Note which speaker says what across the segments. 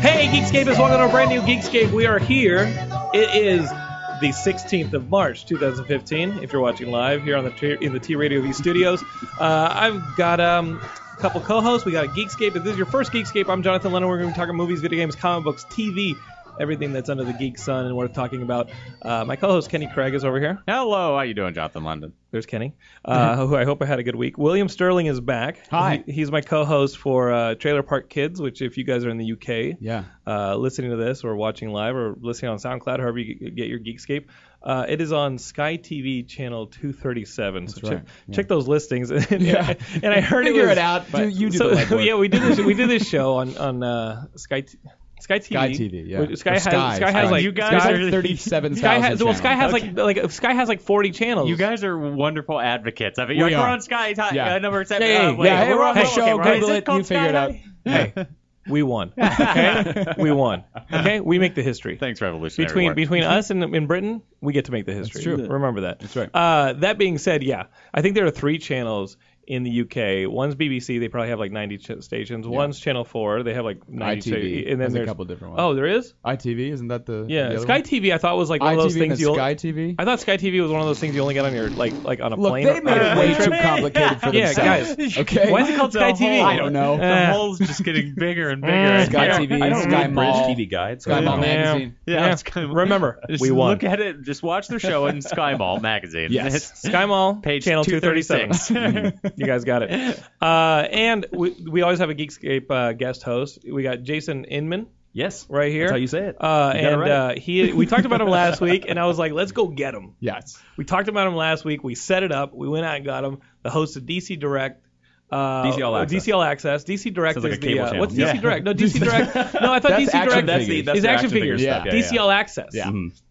Speaker 1: Hey, Geekscape is welcome to a brand new Geekscape. We are here. It is the 16th of March, 2015. If you're watching live here on the T- in the T Radio V studios, uh, I've got um, a couple co-hosts. We got a Geekscape. If this is your first Geekscape, I'm Jonathan Lennon. We're going to be talking movies, video games, comic books, TV, everything that's under the geek sun and worth talking about. Uh, my co-host Kenny Craig is over here.
Speaker 2: Hello, how you doing, Jonathan London?
Speaker 1: There's Kenny, uh, who I hope I had a good week. William Sterling is back.
Speaker 2: Hi.
Speaker 1: He- he's my co-host for uh, Trailer Park Kids, which if you guys are in the UK,
Speaker 2: Yeah.
Speaker 1: uh, listening to this or watching live or listening on SoundCloud, however you g- get your Geekscape, uh, it is on Sky TV channel 237. so check,
Speaker 2: right, yeah.
Speaker 1: check those listings. And,
Speaker 2: Yeah.
Speaker 1: and I heard it,
Speaker 2: Figure
Speaker 1: was,
Speaker 2: it out, do- you do
Speaker 1: so,
Speaker 2: the legwork.
Speaker 1: Yeah, we did this. We did this show on on uh, Sky. T- Sky TV.
Speaker 2: Sky TV, yeah.
Speaker 1: Which- Sky
Speaker 2: Or
Speaker 1: has, Sky,
Speaker 2: Sky,
Speaker 1: has
Speaker 2: Sky.
Speaker 1: like
Speaker 3: You guys
Speaker 1: Sky,
Speaker 3: are-
Speaker 2: 37,000
Speaker 1: Sky has well
Speaker 2: channels.
Speaker 1: Sky has like like Sky has like 40 channels.
Speaker 3: You guys are wonderful advocates. I mean,
Speaker 2: We
Speaker 3: you're like,
Speaker 2: are.
Speaker 3: we're on Sky Ti-
Speaker 2: Yeah.
Speaker 3: uh, number seven.
Speaker 1: Hey,
Speaker 3: uh, wait,
Speaker 2: yeah, hey,
Speaker 3: we're on
Speaker 2: hey,
Speaker 3: okay,
Speaker 2: show,
Speaker 3: right, is
Speaker 2: Google it,
Speaker 3: called
Speaker 2: you figure it
Speaker 3: Sky
Speaker 2: out.
Speaker 3: Ti-
Speaker 1: hey, we won. Okay, we won. Okay, we make the history.
Speaker 2: Thanks, Revolutionary
Speaker 1: between between us and in Britain, we get to make the history.
Speaker 2: true.
Speaker 1: Remember that. That's
Speaker 2: right.
Speaker 1: Uh, that being said, yeah, I think there are three channels in the UK. One's BBC. They probably have like 90 ch- stations. One's Channel Four. They have like 90
Speaker 2: ITV.
Speaker 1: stations. And then
Speaker 2: There's a
Speaker 1: there's
Speaker 2: couple different
Speaker 1: Oh,
Speaker 2: ones.
Speaker 1: there is.
Speaker 2: ITV, isn't that the
Speaker 1: Yeah,
Speaker 2: the other
Speaker 1: Sky
Speaker 2: one?
Speaker 1: TV. I thought was like one of those
Speaker 2: ITV
Speaker 1: things
Speaker 2: and
Speaker 1: you.
Speaker 2: Sky TV.
Speaker 1: I thought Sky TV was one of those things you only got on your like like on a
Speaker 2: Look,
Speaker 1: plane.
Speaker 2: they
Speaker 1: or-
Speaker 2: made it way too
Speaker 3: Yeah,
Speaker 2: complicated for
Speaker 1: Yeah,
Speaker 2: themselves.
Speaker 1: guys.
Speaker 2: Okay.
Speaker 1: Why is it called
Speaker 3: The
Speaker 1: Sky TV?
Speaker 3: whole-
Speaker 2: I don't know.
Speaker 3: The
Speaker 1: Uh,
Speaker 3: hole's just getting bigger and bigger.
Speaker 1: Mm.
Speaker 3: and
Speaker 2: Sky
Speaker 3: bigger.
Speaker 2: TV,
Speaker 3: I don't
Speaker 2: Sky
Speaker 3: read
Speaker 2: Mall.
Speaker 3: Bridge TV guide. so
Speaker 2: Sky
Speaker 3: I don't
Speaker 2: Mall
Speaker 3: know.
Speaker 2: Mag-
Speaker 1: Yeah.
Speaker 2: magazine.
Speaker 3: Yeah,
Speaker 1: Yeah.
Speaker 3: it's kind of-
Speaker 1: Remember,
Speaker 3: Just
Speaker 1: we won.
Speaker 3: Look at it. Just watch the show in Sky Mall magazine.
Speaker 2: Yes.
Speaker 3: It's
Speaker 1: Sky Mall,
Speaker 3: Page
Speaker 1: channel
Speaker 3: 236.
Speaker 1: 237. you guys got it. Uh, and we, we always have a Geekscape uh, guest host. We got Jason Inman
Speaker 3: yes.
Speaker 1: right here.
Speaker 3: That's how you say it.
Speaker 1: Uh,
Speaker 3: You got it
Speaker 1: and
Speaker 3: right.
Speaker 1: uh, he, we talked about him last week, and I was like, let's go get him.
Speaker 2: Yes.
Speaker 1: We talked about him last week. We set it up. We went out and got him. The host of DC Direct. Uh,
Speaker 3: DC All Access.
Speaker 1: DC All Access. DC Direct
Speaker 3: Sounds like
Speaker 1: is
Speaker 3: a
Speaker 1: the
Speaker 3: cable
Speaker 1: uh,
Speaker 3: channel.
Speaker 1: what's
Speaker 3: Yeah.
Speaker 1: DC Direct? No, DC Direct. No, I thought
Speaker 2: That's
Speaker 1: DC
Speaker 2: action
Speaker 1: Direct
Speaker 3: That's
Speaker 2: figures.
Speaker 3: the that's
Speaker 1: is
Speaker 3: the
Speaker 1: action figures.
Speaker 2: Yeah.
Speaker 3: stuff.
Speaker 1: DC All Access.
Speaker 2: Yeah.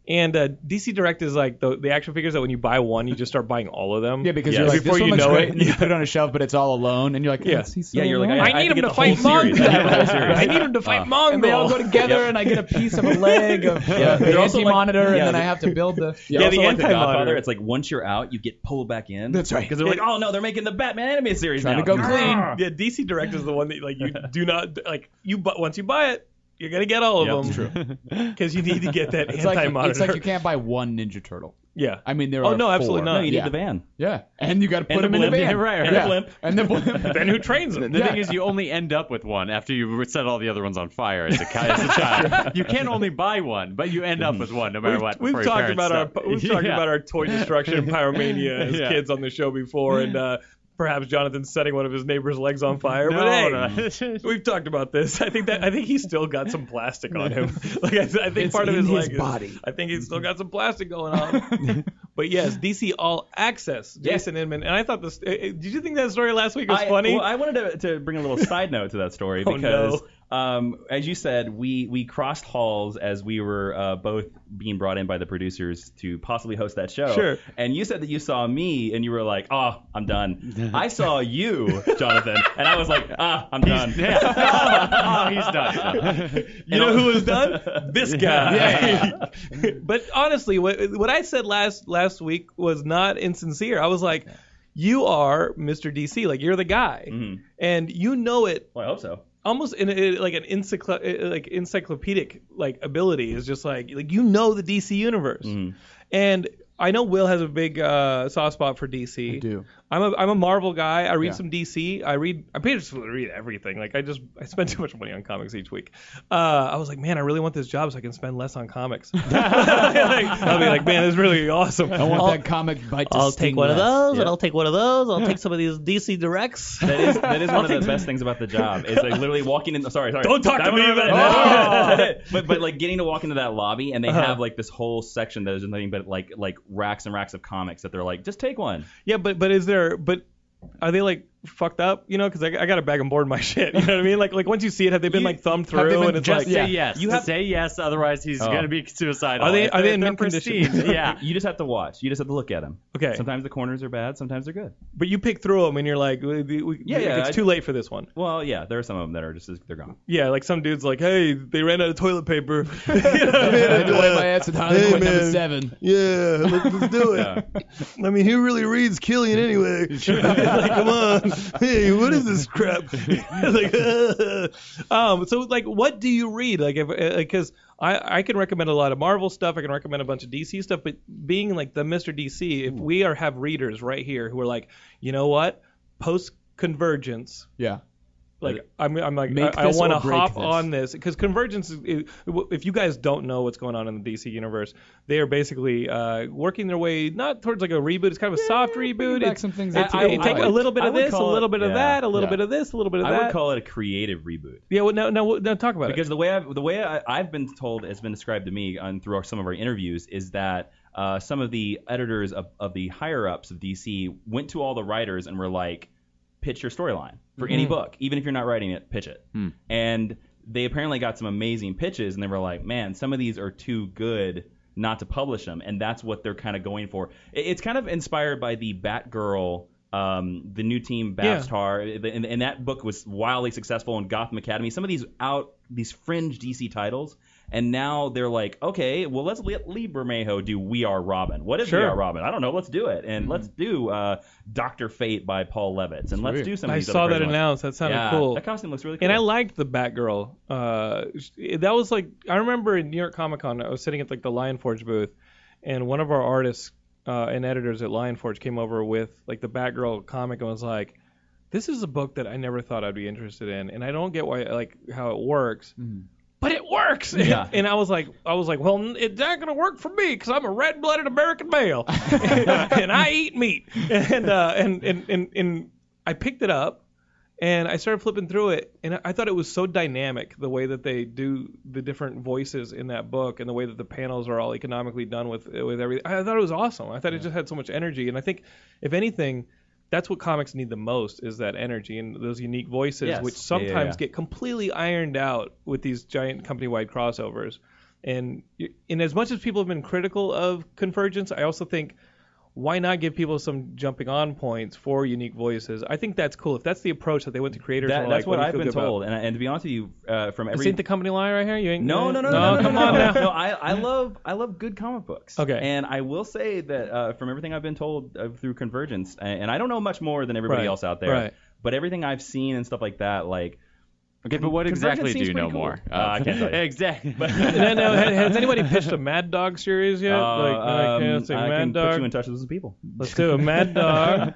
Speaker 1: And uh, DC Direct is like the, the action figures that when you buy one, you just start buying all of them.
Speaker 2: Yeah, because
Speaker 3: Yeah.
Speaker 2: you're like
Speaker 1: Before
Speaker 2: this
Speaker 1: you
Speaker 2: one looks
Speaker 1: know
Speaker 2: great,
Speaker 1: it.
Speaker 2: and then you put it on a shelf, but it's all alone, and you're like,
Speaker 1: Yeah.
Speaker 2: oh, he's so
Speaker 3: Yeah, you're like,
Speaker 2: alone.
Speaker 1: I,
Speaker 3: I have
Speaker 1: need
Speaker 3: to
Speaker 1: him
Speaker 3: get
Speaker 1: to
Speaker 3: the
Speaker 1: fight
Speaker 3: whole series.
Speaker 1: Mongo.
Speaker 3: I have the whole series. Ah.
Speaker 1: I need him to fight Mongo.
Speaker 2: and they all go together,
Speaker 3: Yep.
Speaker 2: and I get a piece of a leg of
Speaker 4: Yeah.
Speaker 2: the
Speaker 4: You're also
Speaker 2: anti
Speaker 4: like-
Speaker 2: monitor, and
Speaker 4: yeah,
Speaker 2: then
Speaker 4: the-
Speaker 2: I have to build the.
Speaker 1: Yeah,
Speaker 4: Yeah, also
Speaker 1: the
Speaker 4: like the
Speaker 1: anti-monitor.
Speaker 4: Godfather, it's like once you're out, you get pulled back in.
Speaker 2: That's right.
Speaker 4: Because they're like, oh no, they're making the Batman anime series
Speaker 2: Trying
Speaker 4: now.
Speaker 2: to go clean.
Speaker 1: Yeah, DC Direct is the one that like you do not like you but once you buy it, you're gonna get all of
Speaker 4: Yep,
Speaker 1: them because you need to get that
Speaker 2: It's like,
Speaker 1: anti monitor.
Speaker 2: it's like you can't buy one Ninja Turtle.
Speaker 1: yeah.
Speaker 2: I mean, there
Speaker 1: Oh,
Speaker 2: are.
Speaker 1: no,
Speaker 2: four.
Speaker 1: absolutely not.
Speaker 4: No, you need
Speaker 2: Yeah.
Speaker 4: the van.
Speaker 2: Yeah, and you got to put
Speaker 4: the
Speaker 2: him in a
Speaker 4: blimp.
Speaker 2: van,
Speaker 4: Yeah, right, right.
Speaker 2: Yeah.
Speaker 4: And
Speaker 2: and the blimp.
Speaker 1: Then who trains them?
Speaker 3: The
Speaker 2: Yeah.
Speaker 3: thing is, you only end up with one after you set all the other ones on fire as a, ki- as a child. you can only buy one, but you end up with one no matter
Speaker 1: We've,
Speaker 3: what.
Speaker 1: we've
Speaker 3: before your
Speaker 1: talked
Speaker 3: parents
Speaker 1: about
Speaker 3: stop.
Speaker 1: our we've talked
Speaker 3: Yeah.
Speaker 1: about our toy destruction and pyromania as
Speaker 3: Yeah.
Speaker 1: kids on the show before, and uh, perhaps Jonathan setting one of his neighbor's legs on fire.
Speaker 3: No,
Speaker 1: but hey,
Speaker 3: no.
Speaker 1: we've talked about this. I think that I think he's still got some plastic on him. Like I, I think
Speaker 2: It's
Speaker 1: part of
Speaker 2: in
Speaker 1: his,
Speaker 2: his
Speaker 1: leg is-
Speaker 2: body.
Speaker 1: I think he's still got some plastic going on. but yes, DC All Access, Jason Inman, and I thought this. eh, eh, Did you think that story last week was
Speaker 4: I,
Speaker 1: funny?
Speaker 4: Well, I wanted to, to bring a little side note to that story
Speaker 1: Oh,
Speaker 4: because, um, as you said, we we crossed halls as we were uh, both being brought in by the producers to possibly host that show.
Speaker 1: Sure.
Speaker 4: And you said that you saw me and you were like, "Oh, I'm done." I saw you, Jonathan, and I was like, "Ah, I'm done." Ah,
Speaker 3: Yeah. oh, he's done.
Speaker 1: you know who was done? This guy.
Speaker 3: Yeah.
Speaker 1: but honestly, what, what I said last last week was not insincere. I was like, you are Mr. DC, like you're the guy,
Speaker 4: Mhm.
Speaker 1: and you know it
Speaker 4: Well, I hope so.
Speaker 1: almost in a, like an encyclo- eh, like encyclopedic like ability is just like like you know the DC universe,
Speaker 2: Mm-hmm.
Speaker 1: and I know Will has a big uh, soft spot for DC.
Speaker 2: I do.
Speaker 1: I'm a I'm a Marvel guy. I read
Speaker 2: Yeah.
Speaker 1: some DC. I read I basically read everything. Like I just I spend too much money on comics each week. Uh, I was like, man, I really want this job so I can spend less on comics. Like, I'll be like, man, this is really awesome.
Speaker 2: I want
Speaker 1: I'll-
Speaker 2: that comic bite to
Speaker 1: I'll
Speaker 2: sting
Speaker 1: take one of
Speaker 2: less.
Speaker 1: those,
Speaker 4: Yeah.
Speaker 1: and I'll take one of those. I'll take some of these DC directs.
Speaker 4: That is that is one of the best things about the job is like literally walking in. Sorry, sorry.
Speaker 1: Don't talk to
Speaker 4: That-
Speaker 1: me
Speaker 4: no, no, no,
Speaker 1: about
Speaker 4: no,
Speaker 1: that. Uh-huh.
Speaker 4: no, no, no. but but like getting to walk into that lobby and they have like this whole section that is nothing but like like racks and racks of comics that they're like just take one.
Speaker 1: Yeah, but but is there but are they like fucked up? You know, because I, I got to bag and board my shit. You know what I mean? Like like once you see it, have they been
Speaker 3: You-
Speaker 1: like thumbed
Speaker 2: they
Speaker 1: through
Speaker 2: been
Speaker 1: and it's
Speaker 3: Just
Speaker 1: like
Speaker 3: say
Speaker 2: Yeah.
Speaker 3: yes.
Speaker 1: You
Speaker 3: You
Speaker 1: have-
Speaker 3: have say yes, otherwise he's
Speaker 4: Oh.
Speaker 3: gonna be suicidal.
Speaker 1: Are they-
Speaker 3: If
Speaker 1: are they in
Speaker 3: they're
Speaker 1: mint condition?
Speaker 3: pristine, yeah.
Speaker 4: You just have to watch. You just have to look at them.
Speaker 1: okay?
Speaker 4: Sometimes the corners are bad. Sometimes they're good.
Speaker 1: But you pick through them and you're like, we, we- we-
Speaker 4: Yeah, yeah,
Speaker 1: it's
Speaker 4: I-
Speaker 1: too late for this one.
Speaker 4: Well, yeah, there are some of them that are just they're gone.
Speaker 1: Yeah, like some dude's like, hey, they ran out of toilet paper. You know what I mean?
Speaker 2: I had to lay my ass in Harley
Speaker 1: Hey,
Speaker 2: Quinn number
Speaker 1: man.
Speaker 2: seven.
Speaker 1: Yeah, let's, let's do it.
Speaker 4: Yeah.
Speaker 1: I mean, who really reads Killian anyway? like, come on. hey, what is this crap? like, um, so like, what do you read? Like, if because I I can recommend a lot of Marvel stuff, I can recommend a bunch of DC stuff, but being like the Mr. DC, if we are have readers right here who are like, you know what, post convergence
Speaker 2: Yeah.
Speaker 1: like I'm, I'm like
Speaker 2: Make
Speaker 1: I, I
Speaker 2: this
Speaker 1: want to
Speaker 2: or break
Speaker 1: hop
Speaker 2: this.
Speaker 1: on this because convergence. Is, is- if you guys don't know what's going on in the DC universe, they are basically uh, working their way not towards like a reboot. It's kind of a soft
Speaker 2: bringing
Speaker 1: reboot.
Speaker 2: back
Speaker 1: It's-
Speaker 2: some things
Speaker 1: I,
Speaker 2: that
Speaker 1: I-
Speaker 2: you
Speaker 1: take a
Speaker 2: liked.
Speaker 1: little bit
Speaker 4: I
Speaker 1: of
Speaker 4: would
Speaker 1: this, a
Speaker 4: call it-
Speaker 1: little bit of
Speaker 4: yeah,
Speaker 1: that, a little
Speaker 4: yeah.
Speaker 1: bit of this, a little bit of
Speaker 4: I
Speaker 1: that.
Speaker 4: would call it a creative reboot.
Speaker 1: yeah, well, no, no, no. Talk about
Speaker 4: Because the way I've, the way I, I've been told has been described to me on through our, some of our interviews is that uh, some of the editors of, of the higher ups of DC went to all the writers and were like, pitch your storyline for any book, even if you're not writing it, pitch it. And they apparently got some amazing pitches, and they were like, man, some of these are too good not to publish them, and that's what they're kind of going for. It, it's kind of inspired by the Batgirl. Um, the new team
Speaker 1: Yeah.
Speaker 4: Babs Tar, eh, and, and that book was wildly successful in Gotham Academy. Some of these out these fringe DC titles, and now they're like, okay, well let's let Lee Bermejo do We Are Robin. What is We
Speaker 1: Sure. Mm-hmm.
Speaker 4: Are Robin? I don't know. Let's do it, and let's do uh, Doctor Fate by Paul Levitz, and let's
Speaker 2: weird.
Speaker 4: do some
Speaker 1: it.
Speaker 4: of
Speaker 1: I
Speaker 4: these. other
Speaker 1: saw
Speaker 4: crazy
Speaker 1: that
Speaker 4: ones.
Speaker 1: announced. That sounded
Speaker 4: yeah,
Speaker 1: cool.
Speaker 4: That costume looks really cool.
Speaker 1: And I liked the Batgirl. Uh, sh- that was like I remember in New York Comic Con, I was sitting at like the Lion Forge booth, and one of our artists uh, and editors at Lion Forge came over with like the Batgirl comic and was like, "This is a book that I never thought I'd be interested in, and I don't get why like how it works." But it works,
Speaker 4: Mm-hmm. Yeah.
Speaker 1: and I was like, I was like, well, n- it's not gonna work for me because I'm a red-blooded American male, and I eat meat, and uh, and, and and and I picked it up, and I started flipping through it, and I- I thought it was so dynamic the way that they do the different voices in that book, and the way that the panels are all economically done with with everything. I thought it was awesome. I thought it just had so much energy, and I think, if anything, that's what comics need the most is that energy and those unique voices,
Speaker 4: Yes.
Speaker 1: which
Speaker 4: Yeah, yeah,
Speaker 1: sometimes
Speaker 4: yeah.
Speaker 1: get completely ironed out with these giant company wide crossovers. And in as much as people have been critical of convergence, I also think why not give people some jumping on points for unique voices? I think that's cool. If that's the approach that they went to creators,
Speaker 4: That-
Speaker 1: and were
Speaker 4: that's
Speaker 1: like,
Speaker 4: what
Speaker 1: do you
Speaker 4: I've
Speaker 1: feel
Speaker 4: been
Speaker 1: good about?
Speaker 4: told, and, I- and to be honest with you, uh, from
Speaker 1: This
Speaker 4: every
Speaker 1: ain't the company line right here. You ain't.
Speaker 4: No, no, no,
Speaker 1: no,
Speaker 4: no, no,
Speaker 1: come
Speaker 4: no,
Speaker 1: on
Speaker 4: no.
Speaker 1: now.
Speaker 4: No, I, I love, I love good comic books.
Speaker 1: Okay.
Speaker 4: And I will say that uh, from everything I've been told uh, through Convergence, a- and I don't know much more than everybody
Speaker 1: Right,
Speaker 4: else out there,
Speaker 1: right.
Speaker 4: but everything I've seen and stuff like that, like
Speaker 3: Okay, but what
Speaker 4: Convergence
Speaker 3: exactly do
Speaker 4: seems
Speaker 3: you know
Speaker 4: pretty cool.
Speaker 3: more?
Speaker 4: Uh, I can't tell you.
Speaker 3: Exactly.
Speaker 1: no, no. Has, has anybody pitched a Mad Dog series yet?
Speaker 4: uh,
Speaker 1: like, like, yeah,
Speaker 4: um,
Speaker 1: it's like
Speaker 4: I
Speaker 1: Mad
Speaker 4: can
Speaker 1: Dog.
Speaker 4: put you in touch with some people.
Speaker 1: Let's do a Mad Dog.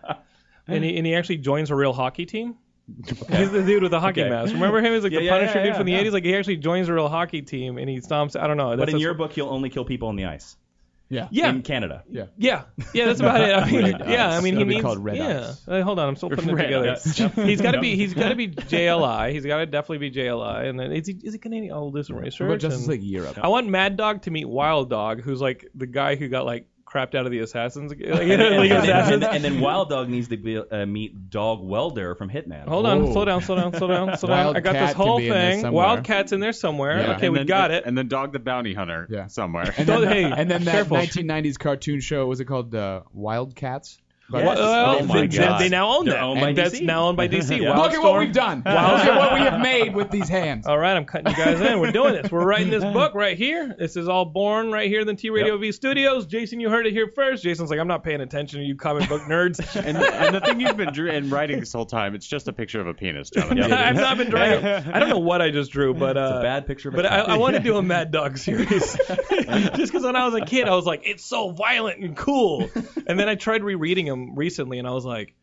Speaker 1: And he, and he actually joins a real hockey team. He's the dude with the hockey
Speaker 4: Okay.
Speaker 1: mask. Remember him? He's like
Speaker 4: Yeah,
Speaker 1: the
Speaker 4: yeah,
Speaker 1: Punisher
Speaker 4: yeah,
Speaker 1: dude
Speaker 4: yeah,
Speaker 1: from the
Speaker 4: yeah.
Speaker 1: 80s. Like he actually joins a real hockey team and he stomps. I don't know.
Speaker 4: But in your book, you'll only kill people on the ice
Speaker 2: Yeah.
Speaker 1: yeah,
Speaker 4: in Canada.
Speaker 2: Yeah.
Speaker 1: yeah, yeah. That's about it. I mean,
Speaker 2: Red
Speaker 1: yeah.
Speaker 2: Eyes.
Speaker 1: I mean, he
Speaker 2: It'll be
Speaker 1: needs.
Speaker 2: called Red
Speaker 1: yeah.
Speaker 2: Eyes.
Speaker 1: Uh, hold on, I'm still putting it
Speaker 3: Red
Speaker 1: together.
Speaker 3: Eyes.
Speaker 1: He's got to be. He's got to be JLI. He's got to definitely be JLI. And then is he? Is he Canadian? I'll do some research.
Speaker 2: What about Justice
Speaker 1: and-
Speaker 2: League Europe?
Speaker 1: I want Mad Dog to meet Wild Dog, who's like the guy who got like crapped out of the Assassins. Like, you know, League
Speaker 4: and,
Speaker 1: of
Speaker 4: then,
Speaker 1: Assassins.
Speaker 4: and, then Wild Dog needs to be, uh, meet Dog Welder from Hitman.
Speaker 1: Hold on,
Speaker 2: Whoa.
Speaker 1: slow down, slow down, slow down, slow down.
Speaker 2: Wild
Speaker 1: I got
Speaker 2: cat
Speaker 1: this
Speaker 2: can
Speaker 1: whole
Speaker 2: be in there
Speaker 1: thing.
Speaker 2: somewhere.
Speaker 1: Wildcat's in there somewhere.
Speaker 2: Yeah.
Speaker 1: Okay,
Speaker 3: And
Speaker 1: we
Speaker 3: then-
Speaker 1: got it.
Speaker 3: And then Dog the Bounty Hunter
Speaker 2: Yeah.
Speaker 3: somewhere.
Speaker 2: And
Speaker 1: Don't-
Speaker 2: then,
Speaker 1: hey,
Speaker 2: and then that
Speaker 1: careful.
Speaker 2: 1990s cartoon show was it called uh, Wildcats?
Speaker 4: Yes.
Speaker 1: Well, well,
Speaker 3: Oh my
Speaker 1: they,
Speaker 3: God.
Speaker 1: they now own
Speaker 4: They're
Speaker 1: that.
Speaker 4: owned by
Speaker 1: And that's
Speaker 4: DC.
Speaker 1: now owned by DC.
Speaker 4: Yeah.
Speaker 1: Wild
Speaker 2: Look at what
Speaker 1: Storm.
Speaker 2: we've done. Look at what we have made with these hands.
Speaker 1: All right, I'm cutting you guys in. We're doing this. We're writing this book right here. This is all born right here in the T Radio V studios. Jason, you heard it here first. Jason's like, I'm not paying attention to you comic book nerds.
Speaker 3: and, and the thing you've been dr- and writing this whole time, it's just a picture of a penis, Jonathan.
Speaker 1: I've not been drawing. I don't know what I just drew, but uh,
Speaker 4: It's a bad picture of a
Speaker 1: But I,
Speaker 4: cat.
Speaker 1: I want to do a Mad Dog series, just because when I was a kid, I was like, it's so violent and cool. And then I tried rereading them recently, and I was like,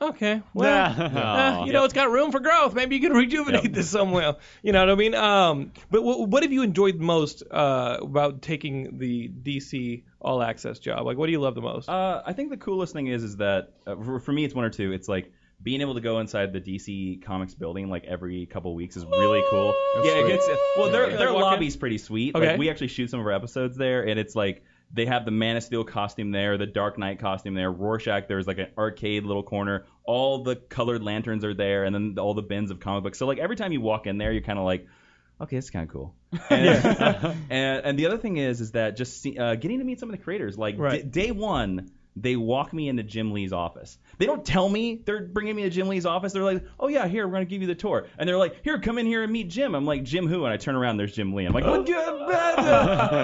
Speaker 1: okay, well,
Speaker 3: Nah.
Speaker 1: uh, you know, it's got room for growth. Maybe you can rejuvenate this somewhere. You know what I mean? Um, but what, what have you enjoyed most uh, about taking the DC All Access job? Like, what do you love the most?
Speaker 4: Uh, I think the coolest thing is is that uh, for, for me it's one or two. It's like being able to go inside the DC Comics building like every couple weeks is really cool.
Speaker 2: That's
Speaker 4: yeah, it
Speaker 2: sweet.
Speaker 4: gets well their
Speaker 1: Yeah.
Speaker 4: their
Speaker 1: Walk in.
Speaker 4: lobby's pretty sweet.
Speaker 1: Okay.
Speaker 4: Like we actually shoot some of our episodes there and it's like they have the Man of Steel costume there, the Dark Knight costume there, Rorschach. There's like an arcade little corner. All the colored lanterns are there, and then all the bins of comic books. So like every time you walk in there, you're kind of like, okay, this is kind of cool. And, and, and the other thing is, is that just see, uh, getting to meet some of the creators. Like
Speaker 1: Right.
Speaker 4: d- day one, They walk me into Jim Lee's office. They don't tell me they're bringing me to Jim Lee's office. They're like, "Oh yeah, here we're gonna give you the tour," and they're like, "Here, come in here and meet Jim." I'm like, "Jim who?" And I turn around, there's Jim Lee. I'm like, "What?" do you-" You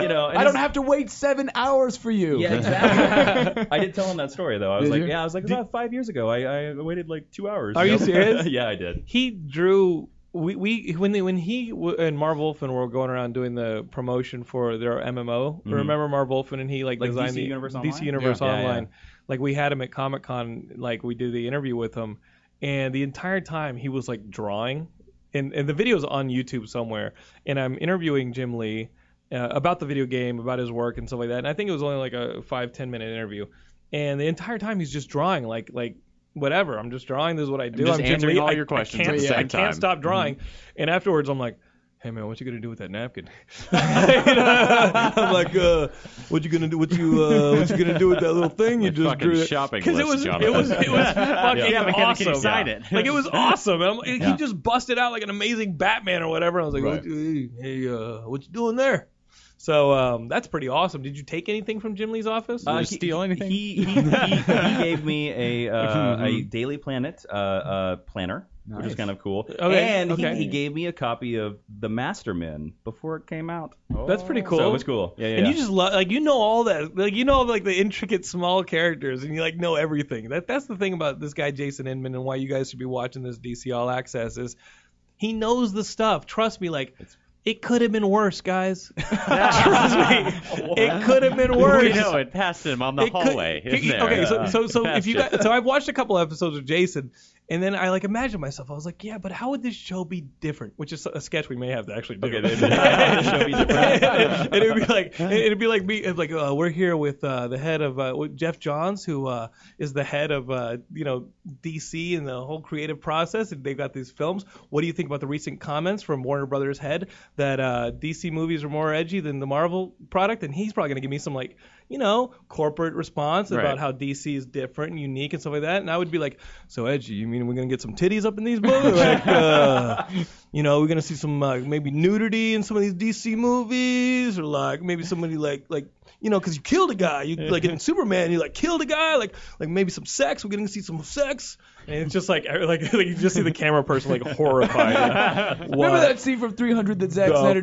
Speaker 4: know, and
Speaker 2: I don't
Speaker 4: it's-
Speaker 2: have to wait seven hours for you.
Speaker 4: Yeah, exactly. I did tell him that story though. I was
Speaker 2: Did
Speaker 4: like,
Speaker 2: you?
Speaker 4: yeah, I was like about five years ago. I, I waited like two hours.
Speaker 1: Are you
Speaker 4: Yep.
Speaker 1: serious?
Speaker 4: yeah, I did.
Speaker 1: he drew we, we when they, when he w- and Marv Wolfman were going around doing the promotion for their MMO. Remember Marv Wolfman and he like,
Speaker 4: Mm-hmm. Like
Speaker 1: designed
Speaker 4: DC
Speaker 1: the
Speaker 4: Universe
Speaker 1: DC
Speaker 4: Online?
Speaker 1: Universe
Speaker 4: Yeah. Yeah, yeah.
Speaker 1: Online. Like we had him at Comic Con. Like we did the interview with him, and the entire time he was like drawing, and and the video's on YouTube somewhere. And I'm interviewing Jim Lee uh, about the video game, about his work and stuff like that. And I think it was only like a five ten minute interview, and the entire time he's just drawing like like. Whatever, I'm just drawing. This is what I do.
Speaker 3: just
Speaker 1: Jim
Speaker 3: answering
Speaker 1: Lee.
Speaker 3: all
Speaker 1: I- I
Speaker 3: your questions at
Speaker 1: can't-
Speaker 2: the same
Speaker 1: I can't
Speaker 3: time. Mm-hmm.
Speaker 1: stop drawing. And afterwards, I'm like, hey man, what you gonna do with that napkin? You know? I'm like, uh, what you gonna do? What you uh, what you gonna do with that little thing you
Speaker 3: Like
Speaker 1: just
Speaker 3: fucking
Speaker 1: drew?
Speaker 3: shopping
Speaker 1: it
Speaker 3: list,
Speaker 1: was
Speaker 3: Jonathan.
Speaker 1: it was it was fucking
Speaker 3: Yeah, but can- can
Speaker 1: awesome.
Speaker 3: you sign it?
Speaker 1: Like it was awesome. And I'm, He just busted out like an amazing Batman or whatever. I was like,
Speaker 2: Right.
Speaker 1: what you- hey, uh, what you doing there? So um, that's pretty awesome. Did you take anything from Jim Lee's office?
Speaker 3: Uh,
Speaker 4: he-
Speaker 3: steal anything?
Speaker 4: He, he, he, he gave me a uh, a
Speaker 1: Mm-hmm.
Speaker 4: Daily Planet uh, uh, planner, which is
Speaker 2: Nice.
Speaker 4: kind of cool.
Speaker 1: Okay,
Speaker 4: and
Speaker 1: okay.
Speaker 4: He, he gave me a copy of The Mastermen before it came out.
Speaker 1: that's pretty cool.
Speaker 4: So it was cool. Yeah, yeah.
Speaker 1: And you
Speaker 4: yeah.
Speaker 1: just love like you know all that like you know like the intricate small characters and you like know everything. That that's the thing about this guy Jason Inman and why you guys should be watching this DC All Access is he knows the stuff. Trust me, like it could have been worse, guys. Trust me, it could have been worse.
Speaker 3: We know it passed him on the
Speaker 1: It could-
Speaker 3: hallway.
Speaker 1: it-
Speaker 3: isn't there?
Speaker 1: Okay, so so,
Speaker 3: It
Speaker 1: so if
Speaker 3: passed
Speaker 1: you
Speaker 3: you.
Speaker 1: got, so I've watched a couple episodes of Jason, and then I like imagined myself. I was like, yeah, but how would this show be different? Which is a sketch we may have to actually do.
Speaker 4: Okay, then- then the show be
Speaker 1: and
Speaker 4: different.
Speaker 1: it would be like it'd be like me it's like uh, we're here with uh, the head of uh, with Jeff Johns, who uh, is the head of uh, you know DC and the whole creative process, and they've got these films. What do you think about the recent comments from Warner Brothers head that uh, DC movies are more edgy than the Marvel product? And he's probably gonna give me some like you know corporate response about
Speaker 3: Right.
Speaker 1: how DC is different and unique and stuff like that. And I would be like, so edgy? You mean we're gonna get some titties up in these movies? Like, uh, you know, we're gonna see some uh, maybe nudity in some of these DC movies, or like maybe somebody like like you know, 'cause you killed a guy, you like in Superman, you like killed a guy, like like maybe some sex. We're gonna see some sex, and it's just like like, like you just see the camera person like horrified.
Speaker 2: Remember that scene from 300 that Zack
Speaker 1: The
Speaker 2: Snyder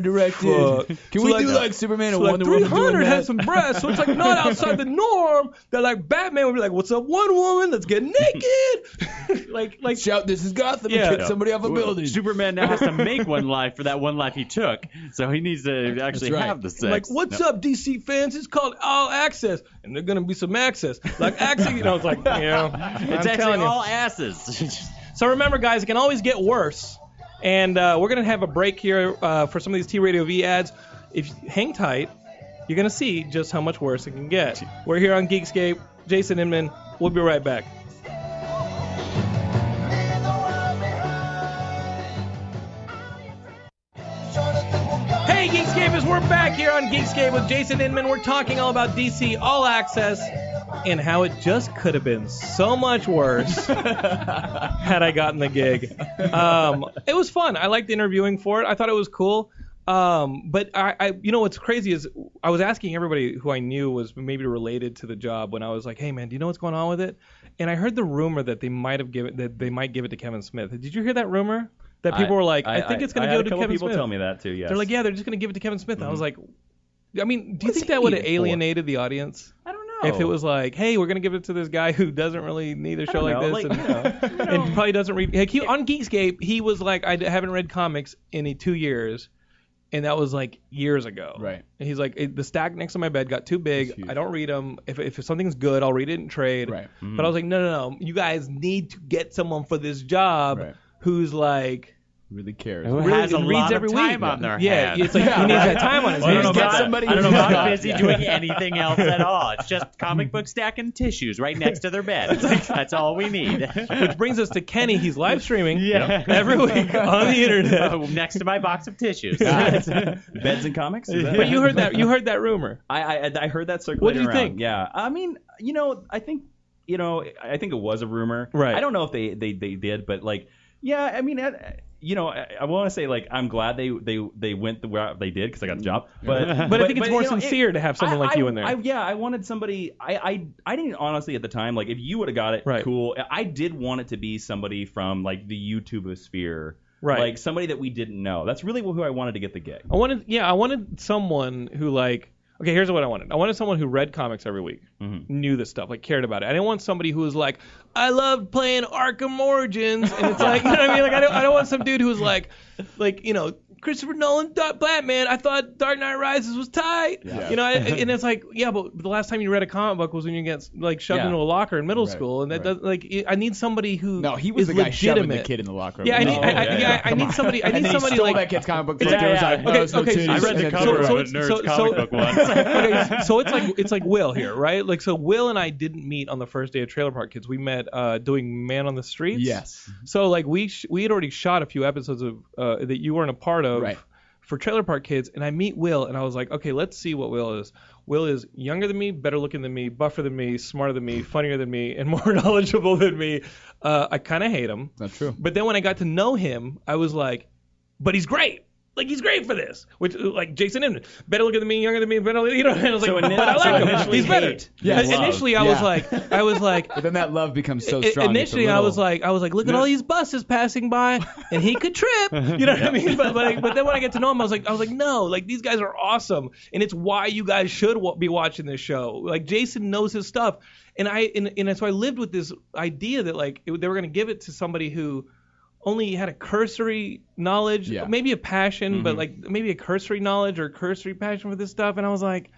Speaker 1: fuck?
Speaker 2: directed? Can
Speaker 1: So
Speaker 2: we
Speaker 1: like-
Speaker 2: do like Superman
Speaker 1: So
Speaker 2: and
Speaker 1: like
Speaker 2: Wonder Woman?
Speaker 1: 300
Speaker 2: doing
Speaker 1: had
Speaker 2: that?
Speaker 1: some breasts, so it's like not outside the norm. That like Batman would be like, "What's up, one woman? Let's get naked." like like
Speaker 2: Shout, this is Gotham!
Speaker 1: Yeah.
Speaker 2: and kick somebody off a building.
Speaker 3: Superman now has to make one life for that one life he took, so he needs to actually
Speaker 2: right.
Speaker 3: have the sex.
Speaker 1: Like, what's up, DC fans? It's called All Access, and there's gonna be some access. Like, access, you know, it's like, you know,
Speaker 3: It's
Speaker 1: I'm telling
Speaker 3: actually
Speaker 1: you.
Speaker 3: all asses.
Speaker 1: So remember, guys, it can always get worse. And uh, we're gonna have a break here uh, for some of these T Radio V ads. If you hang tight, you're gonna see just how much worse it can get. We're here on Geekscape. Jason Inman. We'll be right back. Hey, Geekscapers, we're back here on Geekscape with Jason Inman. We're talking all about DC All Access and how it just could have been so much worse had I gotten the gig. Um, it was fun. I liked interviewing for it. I thought it was cool. Um, but I, I, you know, what's crazy is I was asking everybody who I knew was maybe related to the job when I was like, "Hey, man, do you know what's going on with it?" And I heard the rumor that they might have given that they might give it to Kevin Smith. Did you hear that rumor? That people were like, "I, think it's going to
Speaker 4: I had
Speaker 1: go
Speaker 4: a
Speaker 1: to
Speaker 4: couple
Speaker 1: Kevin
Speaker 4: people
Speaker 1: Smith."
Speaker 4: tell me that too. Yes.
Speaker 1: They're like, yeah, they're just gonna give it to Kevin Smith. I was like, I mean, do you
Speaker 4: What's
Speaker 1: think
Speaker 4: he
Speaker 1: that would have
Speaker 4: in it for?
Speaker 1: alienated the audience
Speaker 4: I don't know.
Speaker 1: if it was like, hey, we're gonna give it to this guy who doesn't really need a show like
Speaker 4: know,
Speaker 1: this
Speaker 4: like,
Speaker 1: and, and probably doesn't read? Like, he, on Geekscape, he was like, I d- haven't read comics in uh, two years. And that was like years ago.
Speaker 2: Right.
Speaker 1: And he's like, "It- the stack next to my bed got too big.
Speaker 2: huge.
Speaker 1: I don't read them. If, if something's good, I'll read it in trade.
Speaker 2: Right.
Speaker 1: But I was like, no, no, no. You guys need to get someone for this job
Speaker 2: Right.
Speaker 1: who's like,
Speaker 2: Really cares.
Speaker 3: Who
Speaker 1: really
Speaker 3: has a
Speaker 1: reads
Speaker 3: lot
Speaker 1: every
Speaker 3: of
Speaker 1: week.
Speaker 3: time on their
Speaker 1: yeah,
Speaker 3: hands.
Speaker 1: it's like he needs that time on his
Speaker 4: Well, I don't
Speaker 1: hands.
Speaker 4: know
Speaker 2: Get
Speaker 4: about that.
Speaker 2: somebody
Speaker 3: I don't know
Speaker 2: who's
Speaker 3: if
Speaker 2: got-
Speaker 3: I'm busy doing anything else at all. It's just comic book stack and tissues right next to their bed. It's like, that's all we need.
Speaker 1: Which brings us to Kenny. He's live streaming
Speaker 3: Yeah.
Speaker 1: every week on the internet.
Speaker 3: Oh, next to my box of tissues.
Speaker 4: beds and comics. Is that-
Speaker 1: But you heard that you heard that rumor.
Speaker 4: I I, I heard that circulating
Speaker 1: What do you
Speaker 4: around.
Speaker 1: think?
Speaker 4: Yeah, I mean, you know, I think, you know, I I think it was a rumor.
Speaker 1: Right.
Speaker 4: I don't know if they they, they did, but like, yeah, I mean, I, you know, I, I want to say like I'm glad they they they went the route they did because I got the job. But
Speaker 1: But, I think it's more
Speaker 4: you know, it-
Speaker 1: sincere to have someone
Speaker 4: I-
Speaker 1: like
Speaker 4: I-
Speaker 1: you in there.
Speaker 4: I, yeah, I wanted somebody. I, I I didn't honestly at the time like if you would have got it,
Speaker 1: Right.
Speaker 4: cool. I did want it to be somebody from like the YouTube sphere,
Speaker 1: Right.
Speaker 4: Like somebody that we didn't know. That's really who I wanted to get the gig.
Speaker 1: I wanted, yeah, I wanted someone who like, okay, here's what I wanted. I wanted someone who read comics every week,
Speaker 2: Mm-hmm.
Speaker 1: knew this stuff, like cared about it. I didn't want somebody who was like, I love playing Arkham Origins, and it's like, you know what I mean? Like, I don't, I don't want some dude who's like, like, you know. Christopher Nolan, Dark Batman. I thought Dark Knight Rises was tight.
Speaker 2: Yeah.
Speaker 1: You know, I- and it's like, yeah, but the last time you read a comic book was when you get like shoved
Speaker 4: Yeah.
Speaker 1: into a locker in middle
Speaker 2: Right,
Speaker 1: school, and that
Speaker 2: right.
Speaker 1: does like I need somebody who
Speaker 2: No, he was
Speaker 1: is
Speaker 2: the guy shoving the
Speaker 1: legitimate.
Speaker 2: kid in the locker room.
Speaker 1: Yeah, I need,
Speaker 4: Oh,
Speaker 1: I, I,
Speaker 4: yeah,
Speaker 1: yeah,
Speaker 4: yeah.
Speaker 1: I need somebody. I
Speaker 2: and
Speaker 1: need
Speaker 2: then
Speaker 1: somebody
Speaker 2: he stole
Speaker 1: like
Speaker 2: that kid's comic book from
Speaker 4: Yeah,
Speaker 2: him. He was
Speaker 4: yeah.
Speaker 2: like, no, there's no
Speaker 1: Okay, okay,
Speaker 2: titties.
Speaker 1: so-
Speaker 3: I read
Speaker 2: And
Speaker 3: the
Speaker 2: then-
Speaker 3: cover
Speaker 1: so
Speaker 3: of
Speaker 1: it's-
Speaker 3: a nerd's
Speaker 1: so-
Speaker 3: comic
Speaker 1: so-
Speaker 3: book once.
Speaker 1: okay, so it's like it's like Will here, right? Like so, Will and I didn't meet on the first day of Trailer Park Kids. We met uh, doing Man on the Streets.
Speaker 2: Yes.
Speaker 1: So like we sh- we had already shot a few episodes of uh, that you weren't a part of
Speaker 2: Right.
Speaker 1: for Trailer Park Kids, and I meet Will, and I was like, okay, let's see what Will is. Will is younger than me, better looking than me, buffer than me, smarter than me, funnier than me, and more knowledgeable than me. Uh, I kind of hate him.
Speaker 2: Not true.
Speaker 1: But then when I got to know him, I was like, but he's great. Like he's great for this, which like Jason Inman, better looking than me, younger than me, better, you know. And I was like,
Speaker 4: So
Speaker 1: but
Speaker 4: ini-
Speaker 1: I
Speaker 4: so
Speaker 1: like him.
Speaker 4: initially
Speaker 1: He's better.
Speaker 4: hate,
Speaker 1: Yeah,
Speaker 4: then love.
Speaker 1: initially I was
Speaker 2: Yeah.
Speaker 1: like, I was like,
Speaker 2: But then that love becomes so
Speaker 1: I-
Speaker 2: strong. it's a
Speaker 1: Initially, I
Speaker 2: little-
Speaker 1: was like, I was like, look at all these buses passing by, and he could trip. You know what I mean? But but, I, but then when I get to know him, I was like, I was like, no, like these guys are awesome, and it's why you guys should w- be watching this show. Like Jason knows his stuff, and I and, and so I lived with this idea that like it, they were gonna give it to somebody who only had a cursory knowledge,
Speaker 2: Yeah. Mm-hmm.
Speaker 1: maybe a passion, but like maybe a cursory knowledge or cursory passion for this stuff, and I was like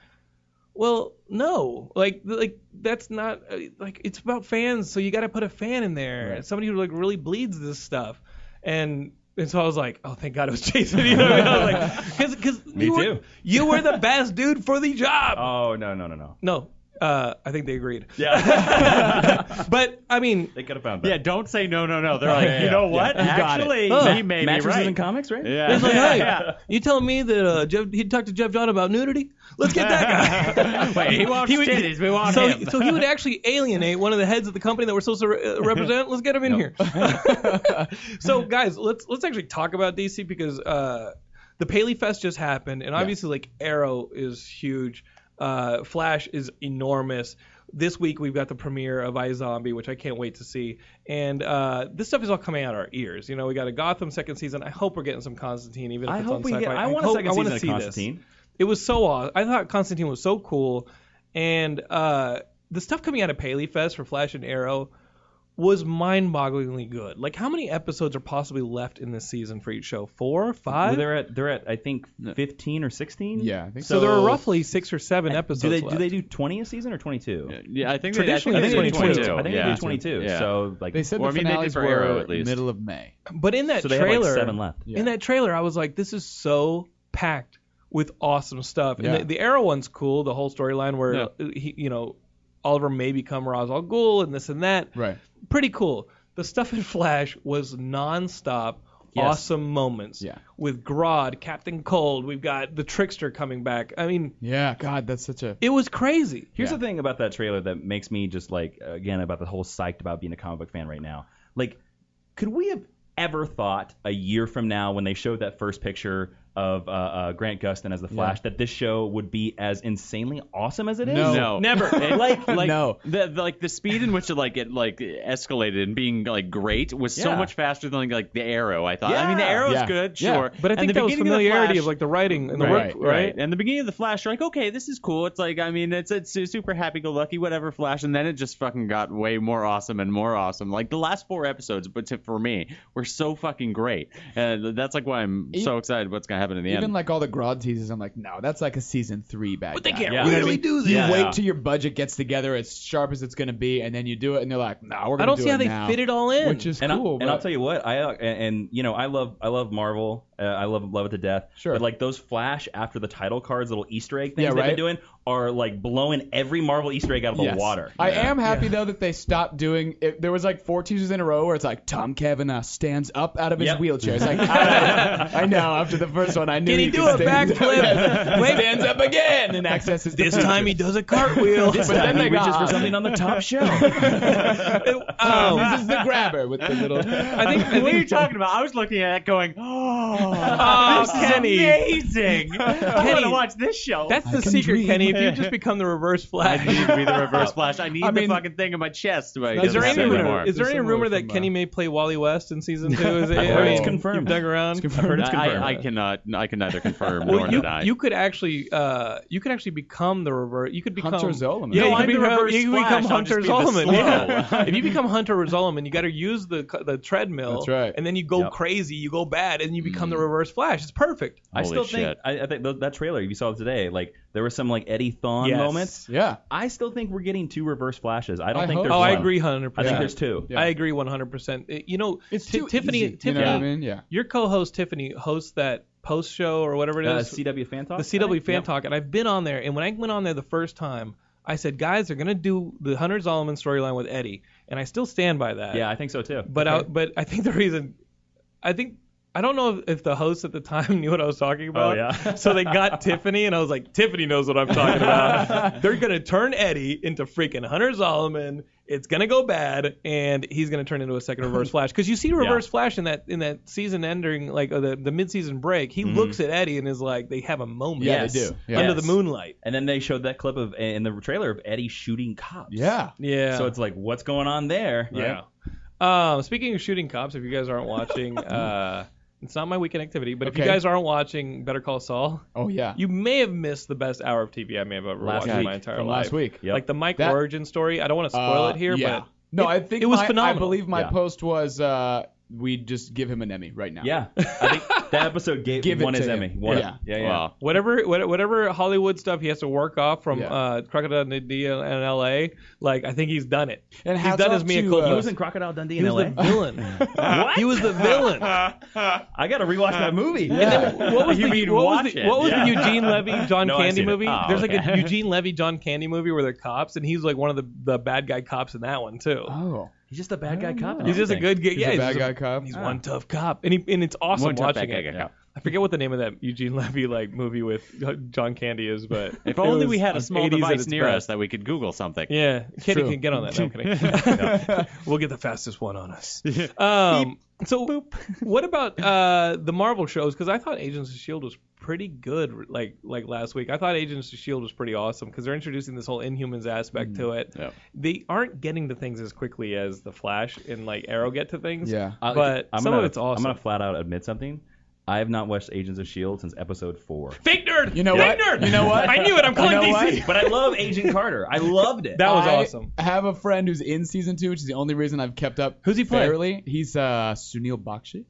Speaker 1: well no like like that's not uh, like it's about fans so you got to put a fan in there
Speaker 2: Right.
Speaker 1: somebody who like really bleeds this stuff and and so I was like, oh, thank God it was Jason. You know what I mean? I was like, because
Speaker 4: Me
Speaker 1: you, were-
Speaker 4: too.
Speaker 1: you were the best dude for the job.
Speaker 4: Oh no no no no.
Speaker 1: no, uh, I think they agreed.
Speaker 4: Yeah,
Speaker 1: But I mean,
Speaker 4: they could have found that.
Speaker 3: Yeah, don't say no, no, no. They're like, you know what?
Speaker 2: got it.
Speaker 3: Actually,
Speaker 1: Oh.
Speaker 3: he made me
Speaker 4: Mattress
Speaker 3: right.
Speaker 4: in comics, right?
Speaker 3: yeah.
Speaker 1: it's like,
Speaker 3: yeah,
Speaker 1: hey,
Speaker 3: yeah.
Speaker 1: you telling me that uh, Jeff, he talked to Jeff John about nudity? Let's get that guy.
Speaker 3: Wait, he wants
Speaker 1: would-
Speaker 3: titties. We want
Speaker 1: so,
Speaker 3: him.
Speaker 1: so he would actually alienate one of the heads of the company that we're supposed to re- uh, represent. Let's get him in here. so, guys, let's let's actually talk about DC because uh, the Paley Fest just happened, and obviously, like Arrow is huge, uh, Flash is enormous. This week we've got the premiere of iZombie, which I can't wait to see, and uh, this stuff is all coming out our ears. You know, we got a Gotham second season. I hope we're getting some Constantine, even if
Speaker 4: I
Speaker 1: it's on
Speaker 4: hope we
Speaker 1: sci-fi.
Speaker 4: get. I want a
Speaker 1: hope-
Speaker 4: second
Speaker 1: wanna
Speaker 4: season of
Speaker 1: see this.
Speaker 4: Constantine.
Speaker 1: It was so awesome. I thought Constantine was so cool, and uh, the stuff coming out of Paley Fest for Flash and Arrow was mind-bogglingly good. Like, how many episodes are possibly left in this season for each show? Four,
Speaker 4: Well,
Speaker 1: five?
Speaker 4: they're at they're at I think 15 or 16.
Speaker 2: Yeah, I think
Speaker 1: so, there are roughly six or seven episodes.
Speaker 4: Do they
Speaker 1: left.
Speaker 4: do they do 20 a season or 22?
Speaker 3: Yeah, I think
Speaker 1: Traditionally,
Speaker 3: they, I think
Speaker 1: they do 22.
Speaker 4: I think they
Speaker 3: yeah.
Speaker 4: do 22.
Speaker 3: Yeah.
Speaker 4: So like
Speaker 2: They said
Speaker 3: Or I
Speaker 2: the
Speaker 3: mean, they did
Speaker 2: finales
Speaker 3: for
Speaker 2: were
Speaker 3: Arrow, at least.
Speaker 2: middle of May.
Speaker 1: But in that
Speaker 4: So they have, like,
Speaker 1: trailer,
Speaker 4: seven left.
Speaker 2: Yeah.
Speaker 1: in that trailer, I was like, this is so packed with awesome stuff.
Speaker 2: Yeah.
Speaker 1: And the, the Arrow one's cool, the whole storyline where
Speaker 3: Yeah.
Speaker 1: uh, he, you know, Oliver may become Ra's al Ghul and this and that.
Speaker 2: Right.
Speaker 1: Pretty cool. The stuff in Flash was nonstop.
Speaker 4: Yes.
Speaker 1: Awesome moments
Speaker 2: Yeah.
Speaker 1: with Grodd, Captain Cold. We've got the Trickster coming back. I mean,
Speaker 2: Yeah, God, that's such a.
Speaker 1: it was crazy.
Speaker 4: Here's
Speaker 2: Yeah.
Speaker 4: the thing about that trailer that makes me just like again about the whole psyched about being a comic book fan right now. Like, could we have ever thought a year from now when they showed that first picture of uh, uh, Grant Gustin as the Flash that this show would be as insanely awesome as it is?
Speaker 2: No.
Speaker 3: No,
Speaker 1: Never.
Speaker 3: It- like, like
Speaker 2: No.
Speaker 3: the, the like the speed in which it like it like escalated and being like great was so
Speaker 4: Yeah.
Speaker 3: much faster than like, like the arrow. I thought. I mean, the
Speaker 4: Yeah.
Speaker 3: arrow's
Speaker 2: Yeah.
Speaker 3: good,
Speaker 2: Yeah.
Speaker 3: sure.
Speaker 1: But I
Speaker 3: And
Speaker 1: think
Speaker 3: the
Speaker 1: that was
Speaker 3: beginning of the
Speaker 1: familiarity
Speaker 3: Flash-
Speaker 1: of like the writing and the
Speaker 2: Right,
Speaker 1: work, right?
Speaker 3: And the beginning of the Flash, you're like, okay, this is cool. It's like, I mean, it's it's su- super happy-go-lucky, whatever Flash, and then it just fucking got way more awesome and more awesome. Like the last four episodes, but to, for me, were so fucking great, and that's like why I'm
Speaker 2: E-
Speaker 3: so excited. What's gonna happen in the
Speaker 2: Even
Speaker 3: end?
Speaker 2: like all the Grodd teases, I'm like, no, that's like a season three bad
Speaker 1: But they
Speaker 2: guy.
Speaker 1: can't
Speaker 4: Yeah.
Speaker 2: You know what I
Speaker 1: really
Speaker 2: mean?
Speaker 1: do this.
Speaker 2: You
Speaker 4: Yeah.
Speaker 2: wait till your budget gets together as sharp as it's gonna be, and then you do it, and they're like, no, we're gonna
Speaker 1: I don't
Speaker 2: do
Speaker 1: see
Speaker 2: it
Speaker 1: how they
Speaker 2: now,
Speaker 1: fit it all in.
Speaker 2: which is
Speaker 4: And,
Speaker 2: cool.
Speaker 4: I, and I'll
Speaker 2: but-
Speaker 4: tell you what, I uh, and, and you know I love I love Marvel Uh, I love love it to death.
Speaker 2: Sure.
Speaker 4: But like those Flash after the title cards, little Easter egg things
Speaker 2: Yeah,
Speaker 4: they've
Speaker 2: right.
Speaker 4: been doing are like blowing every Marvel Easter egg out of the
Speaker 2: Yes.
Speaker 4: water.
Speaker 2: I am happy
Speaker 1: Yeah.
Speaker 2: though that they stopped doing. It, there was like four Tuesdays in a row where it's like Tom Kavanaugh stands up out of his
Speaker 4: Yep.
Speaker 2: wheelchair. It's like I, I know after the first one I knew
Speaker 1: Can he do
Speaker 2: could
Speaker 1: a
Speaker 2: stand-
Speaker 1: backflip? Wait.
Speaker 2: stands up again and accesses the
Speaker 1: This time he
Speaker 2: future.
Speaker 1: does a cartwheel.
Speaker 2: But then
Speaker 4: he
Speaker 2: they
Speaker 4: reaches
Speaker 2: got- uh,
Speaker 4: for something on the top shelf.
Speaker 1: Um,
Speaker 2: This is the grabber with the little.
Speaker 1: I think, I
Speaker 3: what are you
Speaker 1: think
Speaker 3: talking about? I was looking at it going, oh,
Speaker 1: Oh,
Speaker 3: this
Speaker 1: Kenny.
Speaker 3: is amazing. I want
Speaker 1: Kenny.
Speaker 3: to watch this show.
Speaker 1: that's
Speaker 2: I
Speaker 1: the
Speaker 2: can
Speaker 1: secret,
Speaker 2: dream.
Speaker 1: Kenny. If you just become the reverse
Speaker 3: I
Speaker 1: Flash.
Speaker 3: need to be the reverse flash. I need
Speaker 2: I
Speaker 3: the
Speaker 2: mean-
Speaker 3: fucking thing in my chest. but it
Speaker 2: Is
Speaker 1: Is
Speaker 3: doesn't
Speaker 1: there any
Speaker 3: say
Speaker 2: Similar.
Speaker 1: rumor? Is there any
Speaker 2: Similar
Speaker 1: rumor that
Speaker 2: from, uh,
Speaker 1: Kenny may play Wally West in season two? Is it, I mean,
Speaker 4: It's confirmed.
Speaker 1: you've Dug around.
Speaker 2: It's confirmed.
Speaker 1: Heard
Speaker 3: I-
Speaker 1: it's confirmed.
Speaker 3: I, I cannot. I can neither confirm nor
Speaker 1: well, you,
Speaker 3: deny.
Speaker 1: you could actually uh, you could actually become the reverse. You could become
Speaker 2: Hunter Zolomon.
Speaker 1: Yeah,
Speaker 3: No,
Speaker 1: you
Speaker 3: I'm
Speaker 1: could
Speaker 3: the
Speaker 1: become,
Speaker 3: reverse
Speaker 1: you could
Speaker 3: Flash,
Speaker 1: become
Speaker 3: I'll
Speaker 1: Hunter
Speaker 3: just be the
Speaker 1: Zolomon.
Speaker 3: slow.
Speaker 1: Yeah. if you become Hunter Zolomon, you got to use the the treadmill.
Speaker 2: That's right.
Speaker 1: And then you go
Speaker 3: Yep.
Speaker 1: crazy, you go bad, and you become
Speaker 3: Mm.
Speaker 1: the reverse Flash. It's perfect.
Speaker 4: I
Speaker 3: Holy
Speaker 4: still think
Speaker 3: shit.
Speaker 4: I, I think th- that trailer you saw today, like there were some like Eddie Thawne
Speaker 1: Yes.
Speaker 4: moments.
Speaker 2: Yeah.
Speaker 4: I still think we're getting two reverse flashes. I don't
Speaker 2: I
Speaker 4: think
Speaker 2: hope
Speaker 4: there's
Speaker 2: so.
Speaker 1: oh, I
Speaker 4: one.
Speaker 1: agree, hundred
Speaker 4: I think
Speaker 2: Yeah.
Speaker 1: percent.
Speaker 4: there's two.
Speaker 2: Yeah.
Speaker 1: I agree, one hundred percent. Uh, You know,
Speaker 2: It's
Speaker 1: Ti-
Speaker 2: too
Speaker 1: Tiffany.
Speaker 2: easy, You
Speaker 1: Tiffany,
Speaker 2: know what I mean? Yeah.
Speaker 1: your co-host Tiffany hosts that post show or whatever it
Speaker 4: Uh,
Speaker 1: is.
Speaker 4: CW fan talk.
Speaker 1: the
Speaker 4: I
Speaker 1: CW
Speaker 4: think?
Speaker 1: Fan
Speaker 4: Yep.
Speaker 1: Talk, and I've been on there. And when I went on there the first time, I said, guys, they're gonna do the Hunter Zolomon storyline with Eddie, and I still stand by that.
Speaker 4: Yeah, I think so too.
Speaker 1: But I, but I think the reason, I think I don't know if, if the host at the time knew what I was talking about.
Speaker 4: Oh, yeah.
Speaker 1: so they got Tiffany, and I was like, Tiffany knows what I'm talking about. They're gonna turn Eddie into freaking Hunter Zolomon. It's gonna go bad, and he's gonna turn into a second Reverse Flash. Because you see Reverse Flash in that in that season ending, like or the the mid season break.
Speaker 4: Mm-hmm.
Speaker 1: He looks at Eddie and is like, they have a moment.
Speaker 2: Yeah,
Speaker 4: Yes.
Speaker 2: they do. Yeah.
Speaker 1: Under
Speaker 4: Yes.
Speaker 1: the moonlight.
Speaker 4: and then they showed that clip of in the trailer of Eddie shooting cops.
Speaker 2: Yeah.
Speaker 1: Yeah.
Speaker 4: So it's like, what's going on there?
Speaker 1: yeah.
Speaker 4: right?
Speaker 1: Um, speaking of shooting cops, if you guys aren't watching, uh, it's not my weekend activity, but if you
Speaker 2: Okay.
Speaker 1: guys aren't watching Better Call Saul,
Speaker 2: Oh yeah.
Speaker 1: you may have missed the best hour of TV I may have ever
Speaker 4: Last
Speaker 1: watched in
Speaker 4: week.
Speaker 1: my entire
Speaker 2: From
Speaker 1: life.
Speaker 2: last week.
Speaker 4: Yep.
Speaker 1: Like the Mike
Speaker 2: That-
Speaker 1: origin story. I don't want to spoil
Speaker 2: Uh,
Speaker 1: it here,
Speaker 2: yeah.
Speaker 1: but
Speaker 2: no, I think
Speaker 1: it was
Speaker 2: my- I
Speaker 1: phenomenal.
Speaker 2: believe my
Speaker 4: Yeah.
Speaker 2: post was uh, we just give him an Emmy right now.
Speaker 4: Yeah. I think that episode gave
Speaker 2: Give it
Speaker 4: one
Speaker 2: to
Speaker 4: his
Speaker 2: him.
Speaker 4: Emmy. One.
Speaker 2: Yeah.
Speaker 4: Yeah. Yeah.
Speaker 1: uh,
Speaker 3: Wow.
Speaker 1: whatever what- whatever Hollywood stuff he has to work off from
Speaker 2: Yeah.
Speaker 1: uh, Crocodile Dundee in in L.A., like I think he's done it.
Speaker 2: And
Speaker 1: He's
Speaker 2: how's
Speaker 1: done his mea culpa.
Speaker 4: He was in Crocodile Dundee
Speaker 1: He
Speaker 4: in
Speaker 1: was
Speaker 4: LA.
Speaker 1: the villain. He was the villain.
Speaker 4: I gotta rewatch
Speaker 2: Uh,
Speaker 4: that movie.
Speaker 1: And then what was
Speaker 3: You
Speaker 1: the
Speaker 3: mean
Speaker 1: what
Speaker 3: watch
Speaker 1: was the,
Speaker 3: it.
Speaker 1: what was
Speaker 4: Yeah.
Speaker 1: the Eugene Levy John
Speaker 4: No, I've
Speaker 1: Candy
Speaker 4: seen it.
Speaker 1: movie?
Speaker 3: Oh,
Speaker 1: There's like a
Speaker 3: okay.
Speaker 1: Eugene Levy John Candy movie where they're cops, and he's like one of the, the bad guy cops in that one too.
Speaker 2: Oh.
Speaker 4: He's just a bad guy cop. in
Speaker 1: he's just a
Speaker 4: everything.
Speaker 1: good guy.
Speaker 2: He's
Speaker 1: yeah,
Speaker 2: a
Speaker 1: he's
Speaker 2: bad
Speaker 1: just
Speaker 2: guy
Speaker 1: a-
Speaker 2: cop.
Speaker 1: He's one tough cop, and he and it's awesome
Speaker 3: Ah. One tough
Speaker 1: watching
Speaker 3: bad
Speaker 1: it.
Speaker 3: guy cop.
Speaker 1: I forget what the name of that Eugene Levy like movie with John Candy is, but
Speaker 3: If
Speaker 1: it
Speaker 3: only
Speaker 1: was
Speaker 3: we had a
Speaker 1: like
Speaker 3: small
Speaker 1: 80s at
Speaker 3: device
Speaker 1: its
Speaker 3: near
Speaker 1: best.
Speaker 3: us that we could Google something.
Speaker 1: Yeah, Kitty
Speaker 2: true.
Speaker 1: can get on that. No, I'm kidding. we'll get the fastest one on us. Um, so, what about uh, the Marvel shows? Because I thought Agents of Shield was pretty good. Like like last week, I thought Agents of Shield was pretty awesome because they're introducing this whole Inhumans aspect to it.
Speaker 3: Yeah.
Speaker 1: They aren't getting to things as quickly as the Flash and like Arrow get to things.
Speaker 2: Yeah.
Speaker 4: I'll-
Speaker 1: but
Speaker 4: I'm
Speaker 1: some
Speaker 4: gonna,
Speaker 1: of it's awesome.
Speaker 4: I'm gonna flat out admit something. I have not watched Agents of Shield since episode four.
Speaker 1: Fake nerd.
Speaker 2: You know
Speaker 1: Fake
Speaker 2: what?
Speaker 1: Nerd.
Speaker 2: You know what?
Speaker 1: I knew it. I'm calling
Speaker 2: know
Speaker 1: DC.
Speaker 4: But I love Agent Carter. I loved it.
Speaker 1: That was
Speaker 2: I
Speaker 1: awesome.
Speaker 2: have a friend who's in season two, which is the only reason I've kept up.
Speaker 1: Who's he play?
Speaker 2: fairly. He's uh, Sunil Bakshi.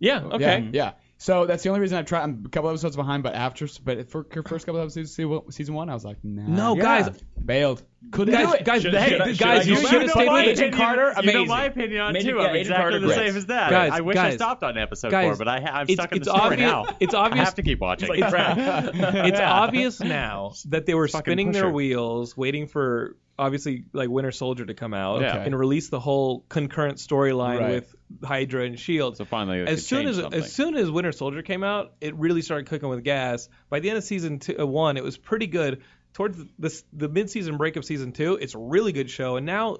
Speaker 1: Yeah. Okay.
Speaker 2: Yeah, yeah. So that's the only reason I've tried. I'm a couple episodes behind, but after, but for for first couple episodes, se- season one, I was like, nah.
Speaker 1: No,
Speaker 4: Yeah.
Speaker 1: guys,
Speaker 2: bailed. Couldn't do
Speaker 1: guys,
Speaker 2: it.
Speaker 1: guys,
Speaker 4: Should-
Speaker 1: hey,
Speaker 4: should I- should
Speaker 1: guys,
Speaker 4: I
Speaker 1: you
Speaker 4: go back?
Speaker 1: should have
Speaker 4: You know
Speaker 1: stayed
Speaker 4: my
Speaker 1: with
Speaker 4: opinion-
Speaker 1: Agent Carter.
Speaker 3: You know
Speaker 1: Amazing.
Speaker 3: my opinion on
Speaker 4: Major-
Speaker 3: two.
Speaker 4: yeah,
Speaker 3: I'm
Speaker 4: Agent
Speaker 3: exactly
Speaker 4: Carter
Speaker 3: the
Speaker 4: great.
Speaker 3: same as that.
Speaker 1: Guys,
Speaker 3: I wish
Speaker 1: guys,
Speaker 3: I stopped on episode
Speaker 1: guys,
Speaker 3: four, but I, ha- I'm
Speaker 1: it's-
Speaker 3: stuck in
Speaker 1: it's
Speaker 3: the story
Speaker 1: obvious-
Speaker 3: now.
Speaker 1: it's
Speaker 3: I
Speaker 1: obvious-
Speaker 3: have to keep watching.
Speaker 4: It's like crap.
Speaker 1: it's obvious now that they were
Speaker 3: Fucking
Speaker 1: spinning their
Speaker 3: pusher.
Speaker 1: wheels, waiting for obviously like Winter Soldier to come out
Speaker 3: Yeah.
Speaker 1: and release the whole concurrent storyline
Speaker 2: Right.
Speaker 1: with Hydra and Shield.
Speaker 3: so finally, they
Speaker 1: E as
Speaker 3: could
Speaker 1: soon
Speaker 3: change
Speaker 1: as
Speaker 3: something.
Speaker 1: as soon as Winter Soldier came out, it really started cooking with gas. By the end of season two, uh, one, it was pretty good. Towards the, the the mid-season break of season two, it's a really good show, and now.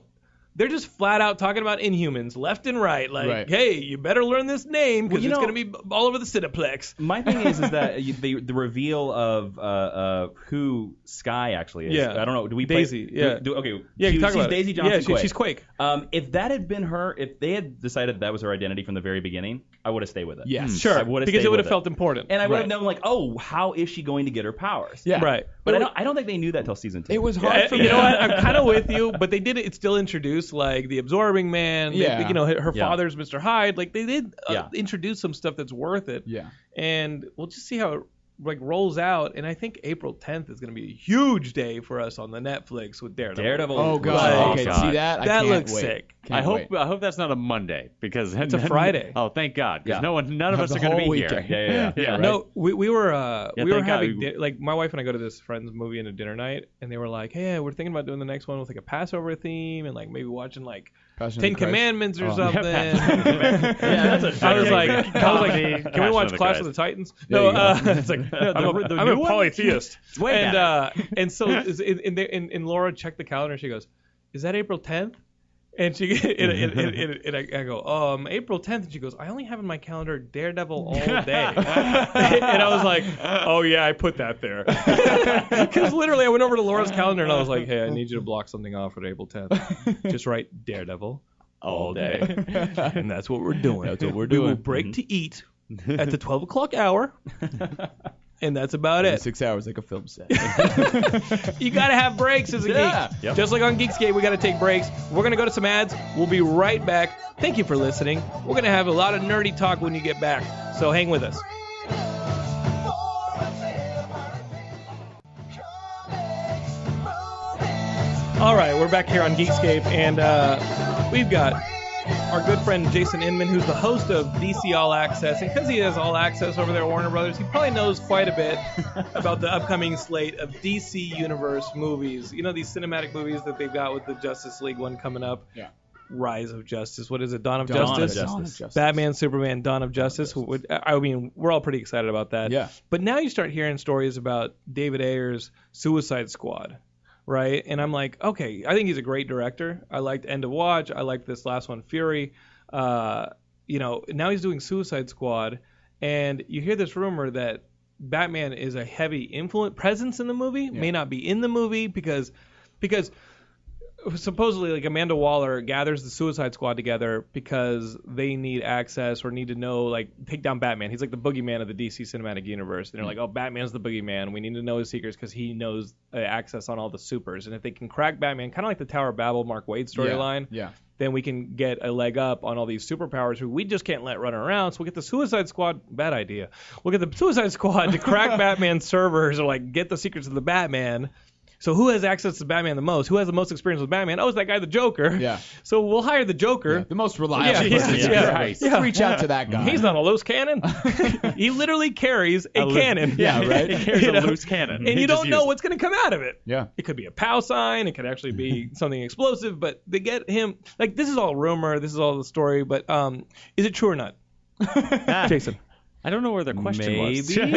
Speaker 1: They're just flat out talking about Inhumans left and right. Like,
Speaker 2: Right.
Speaker 1: hey, you better learn this name because
Speaker 4: Well, you
Speaker 1: it's
Speaker 4: know-
Speaker 1: going to be b- all over the Cineplex.
Speaker 4: My thing is, is that you- the the reveal of uh, uh, who Sky actually is.
Speaker 1: Yeah.
Speaker 4: I don't know. Do we
Speaker 1: Daisy,
Speaker 4: Play,
Speaker 1: yeah.
Speaker 4: Do, do, okay.
Speaker 1: Yeah,
Speaker 4: she-
Speaker 1: you talk
Speaker 4: she's
Speaker 1: about it.
Speaker 4: Daisy Johnson.
Speaker 1: Yeah, she- she's Quake.
Speaker 4: Um, if that had been her, if they had decided that was her identity from the very beginning, I would have stayed with it.
Speaker 2: Yes.
Speaker 1: Sure,
Speaker 4: Hmm. I would've
Speaker 1: because
Speaker 4: stayed
Speaker 1: it would
Speaker 4: with
Speaker 1: have felt important.
Speaker 4: And I would have
Speaker 2: Right.
Speaker 4: known like, oh, how is she going to get her powers?
Speaker 2: Yeah.
Speaker 1: Right.
Speaker 4: But I don't, I don't think they knew that till season two.
Speaker 2: It was hard
Speaker 1: Yeah,
Speaker 2: for
Speaker 1: you
Speaker 2: me.
Speaker 1: know what? I'm kind of with you, but they did it. Still introduce like the absorbing man. they-
Speaker 2: Yeah.
Speaker 1: you know, her her
Speaker 4: Yeah.
Speaker 1: father's Mr. Hyde. Like they did uh,
Speaker 4: Yeah.
Speaker 1: introduce some stuff that's worth it.
Speaker 2: Yeah.
Speaker 1: And we'll just see how like rolls out, and I think April 10th is going to be a huge day for us on the Netflix with Daredevil.
Speaker 4: Daredevil.
Speaker 2: Oh god.
Speaker 1: Like,
Speaker 2: okay,
Speaker 3: God.
Speaker 2: see that? I
Speaker 1: that
Speaker 2: can't
Speaker 1: looks
Speaker 2: wait.
Speaker 1: sick.
Speaker 2: Can't
Speaker 3: I hope
Speaker 2: wait.
Speaker 3: I hope that's not a Monday because
Speaker 1: It's a Friday.
Speaker 3: Oh, thank God, because
Speaker 4: Yeah.
Speaker 3: no one, none of
Speaker 2: Have
Speaker 3: us
Speaker 2: the
Speaker 3: are going to be
Speaker 2: whole
Speaker 3: here.
Speaker 2: weekend.
Speaker 3: Yeah, yeah, yeah.
Speaker 2: Yeah,
Speaker 3: right?
Speaker 1: No, we, we were uh,
Speaker 3: Yeah,
Speaker 1: we were
Speaker 3: thank God
Speaker 1: having
Speaker 3: we-
Speaker 1: di- like my wife and I go to this friend's movie and a dinner night, and they were like, "Hey, we're thinking about doing the next one with like a Passover theme and like maybe watching like
Speaker 2: Passion of
Speaker 1: Ten
Speaker 2: the Christ.
Speaker 1: Commandments or
Speaker 2: Oh.
Speaker 1: something."
Speaker 3: Yeah, that's a
Speaker 1: I was
Speaker 3: shocking-
Speaker 1: like, I was
Speaker 3: Comedy,
Speaker 1: like, can we
Speaker 3: Passion
Speaker 1: watch
Speaker 3: of the
Speaker 1: Clash of the
Speaker 3: Christ.
Speaker 1: Titans?
Speaker 2: There
Speaker 1: No,
Speaker 2: you go.
Speaker 1: uh, it's like I'm a-
Speaker 3: the
Speaker 1: I'm a
Speaker 3: new one?
Speaker 1: polytheist.
Speaker 3: It's way
Speaker 1: and
Speaker 3: better.
Speaker 1: uh, and so is- and, and, they- and, and Laura checked the calendar. She goes, "Is that April 10th?" And she and, and, and, and, and I, I go, "Um, April 10th." And she goes, "I only have in my calendar Daredevil all day." and I was like, "Oh yeah, I put that there." Because literally, I went over to Laura's calendar and I was like, "Hey, I need you to block something off at April 10th. Just write Daredevil." All day, and that's what we're doing. That's what we're doing. Mm-hmm. We will break to eat at the 12 o'clock hour, and that's about it.
Speaker 2: Six hours like a film set.
Speaker 1: You gotta have breaks as a
Speaker 2: Yeah.
Speaker 1: geek. Just like on Geekscape, we gotta take breaks. We're gonna go to some ads. We'll be right back. Thank you for listening. We're gonna have a lot of nerdy talk when you get back. So hang with us. All right, we're back here on Geekscape, and uh, we've got our good friend Jason Inman, who's the host of DC All Access. And because he has All Access over there at Warner Brothers, he probably knows quite a bit about the upcoming slate of DC Universe movies. You know, these cinematic movies that they've got with the Justice League one coming up.
Speaker 2: Yeah.
Speaker 1: Rise of Justice. What is it? Dawn of
Speaker 2: Dawn of
Speaker 1: Justice?
Speaker 4: Justice.
Speaker 1: Batman, Superman, Dawn of Justice. Would, I mean, we're all pretty excited about that.
Speaker 2: Yeah.
Speaker 1: But now you start hearing stories about David Ayer's Suicide Squad, right? And I'm like, okay, I think he's a great director. I liked End of Watch. I liked this last one, Fury. Uh, you know, now he's doing Suicide Squad, and you hear this rumor that Batman is a heavy influence presence in the movie, may not be in the movie because because supposedly like Amanda Waller gathers the Suicide Squad together because they need access or need to know like take down Batman. He's like the boogeyman of the DC cinematic universe. And they're like, oh, Batman's the boogeyman. We need to know his secrets because he knows uh, access on all the supers. And if they can crack Batman, kind of like the Tower of Babel Mark Wade storyline,
Speaker 2: Yeah.
Speaker 1: then we can get a leg up on all these superpowers who we just can't let run around. So we'll get the Suicide Squad. Bad idea. We'll get the Suicide Squad to crack Batman's servers or like get the secrets of the Batman. So who has access to Batman the most? Who has the most experience with Batman? Oh, it's that guy, the Joker.
Speaker 2: Yeah.
Speaker 1: So we'll hire the Joker.
Speaker 2: yeah. The most
Speaker 1: Yeah,
Speaker 2: reliable
Speaker 1: yeah,
Speaker 2: person.
Speaker 1: yeah,
Speaker 2: you can
Speaker 1: yeah.
Speaker 2: hire. Just
Speaker 1: Yeah.
Speaker 2: Reach out to that guy.
Speaker 1: He's not a loose cannon. he literally carries a,
Speaker 3: loo-
Speaker 1: cannon.
Speaker 2: Yeah, right?
Speaker 3: It carries
Speaker 1: You know?
Speaker 3: a loose
Speaker 1: And
Speaker 3: cannon, He
Speaker 1: you
Speaker 3: just
Speaker 1: don't know
Speaker 3: used-
Speaker 1: what's going to come out of it.
Speaker 2: Yeah.
Speaker 1: It could be a POW sign. It could actually be something explosive. But they get him. Like this is all rumor. This is all the story. But um, is it true or not, Jason?
Speaker 3: I don't know where the question was.
Speaker 4: Maybe.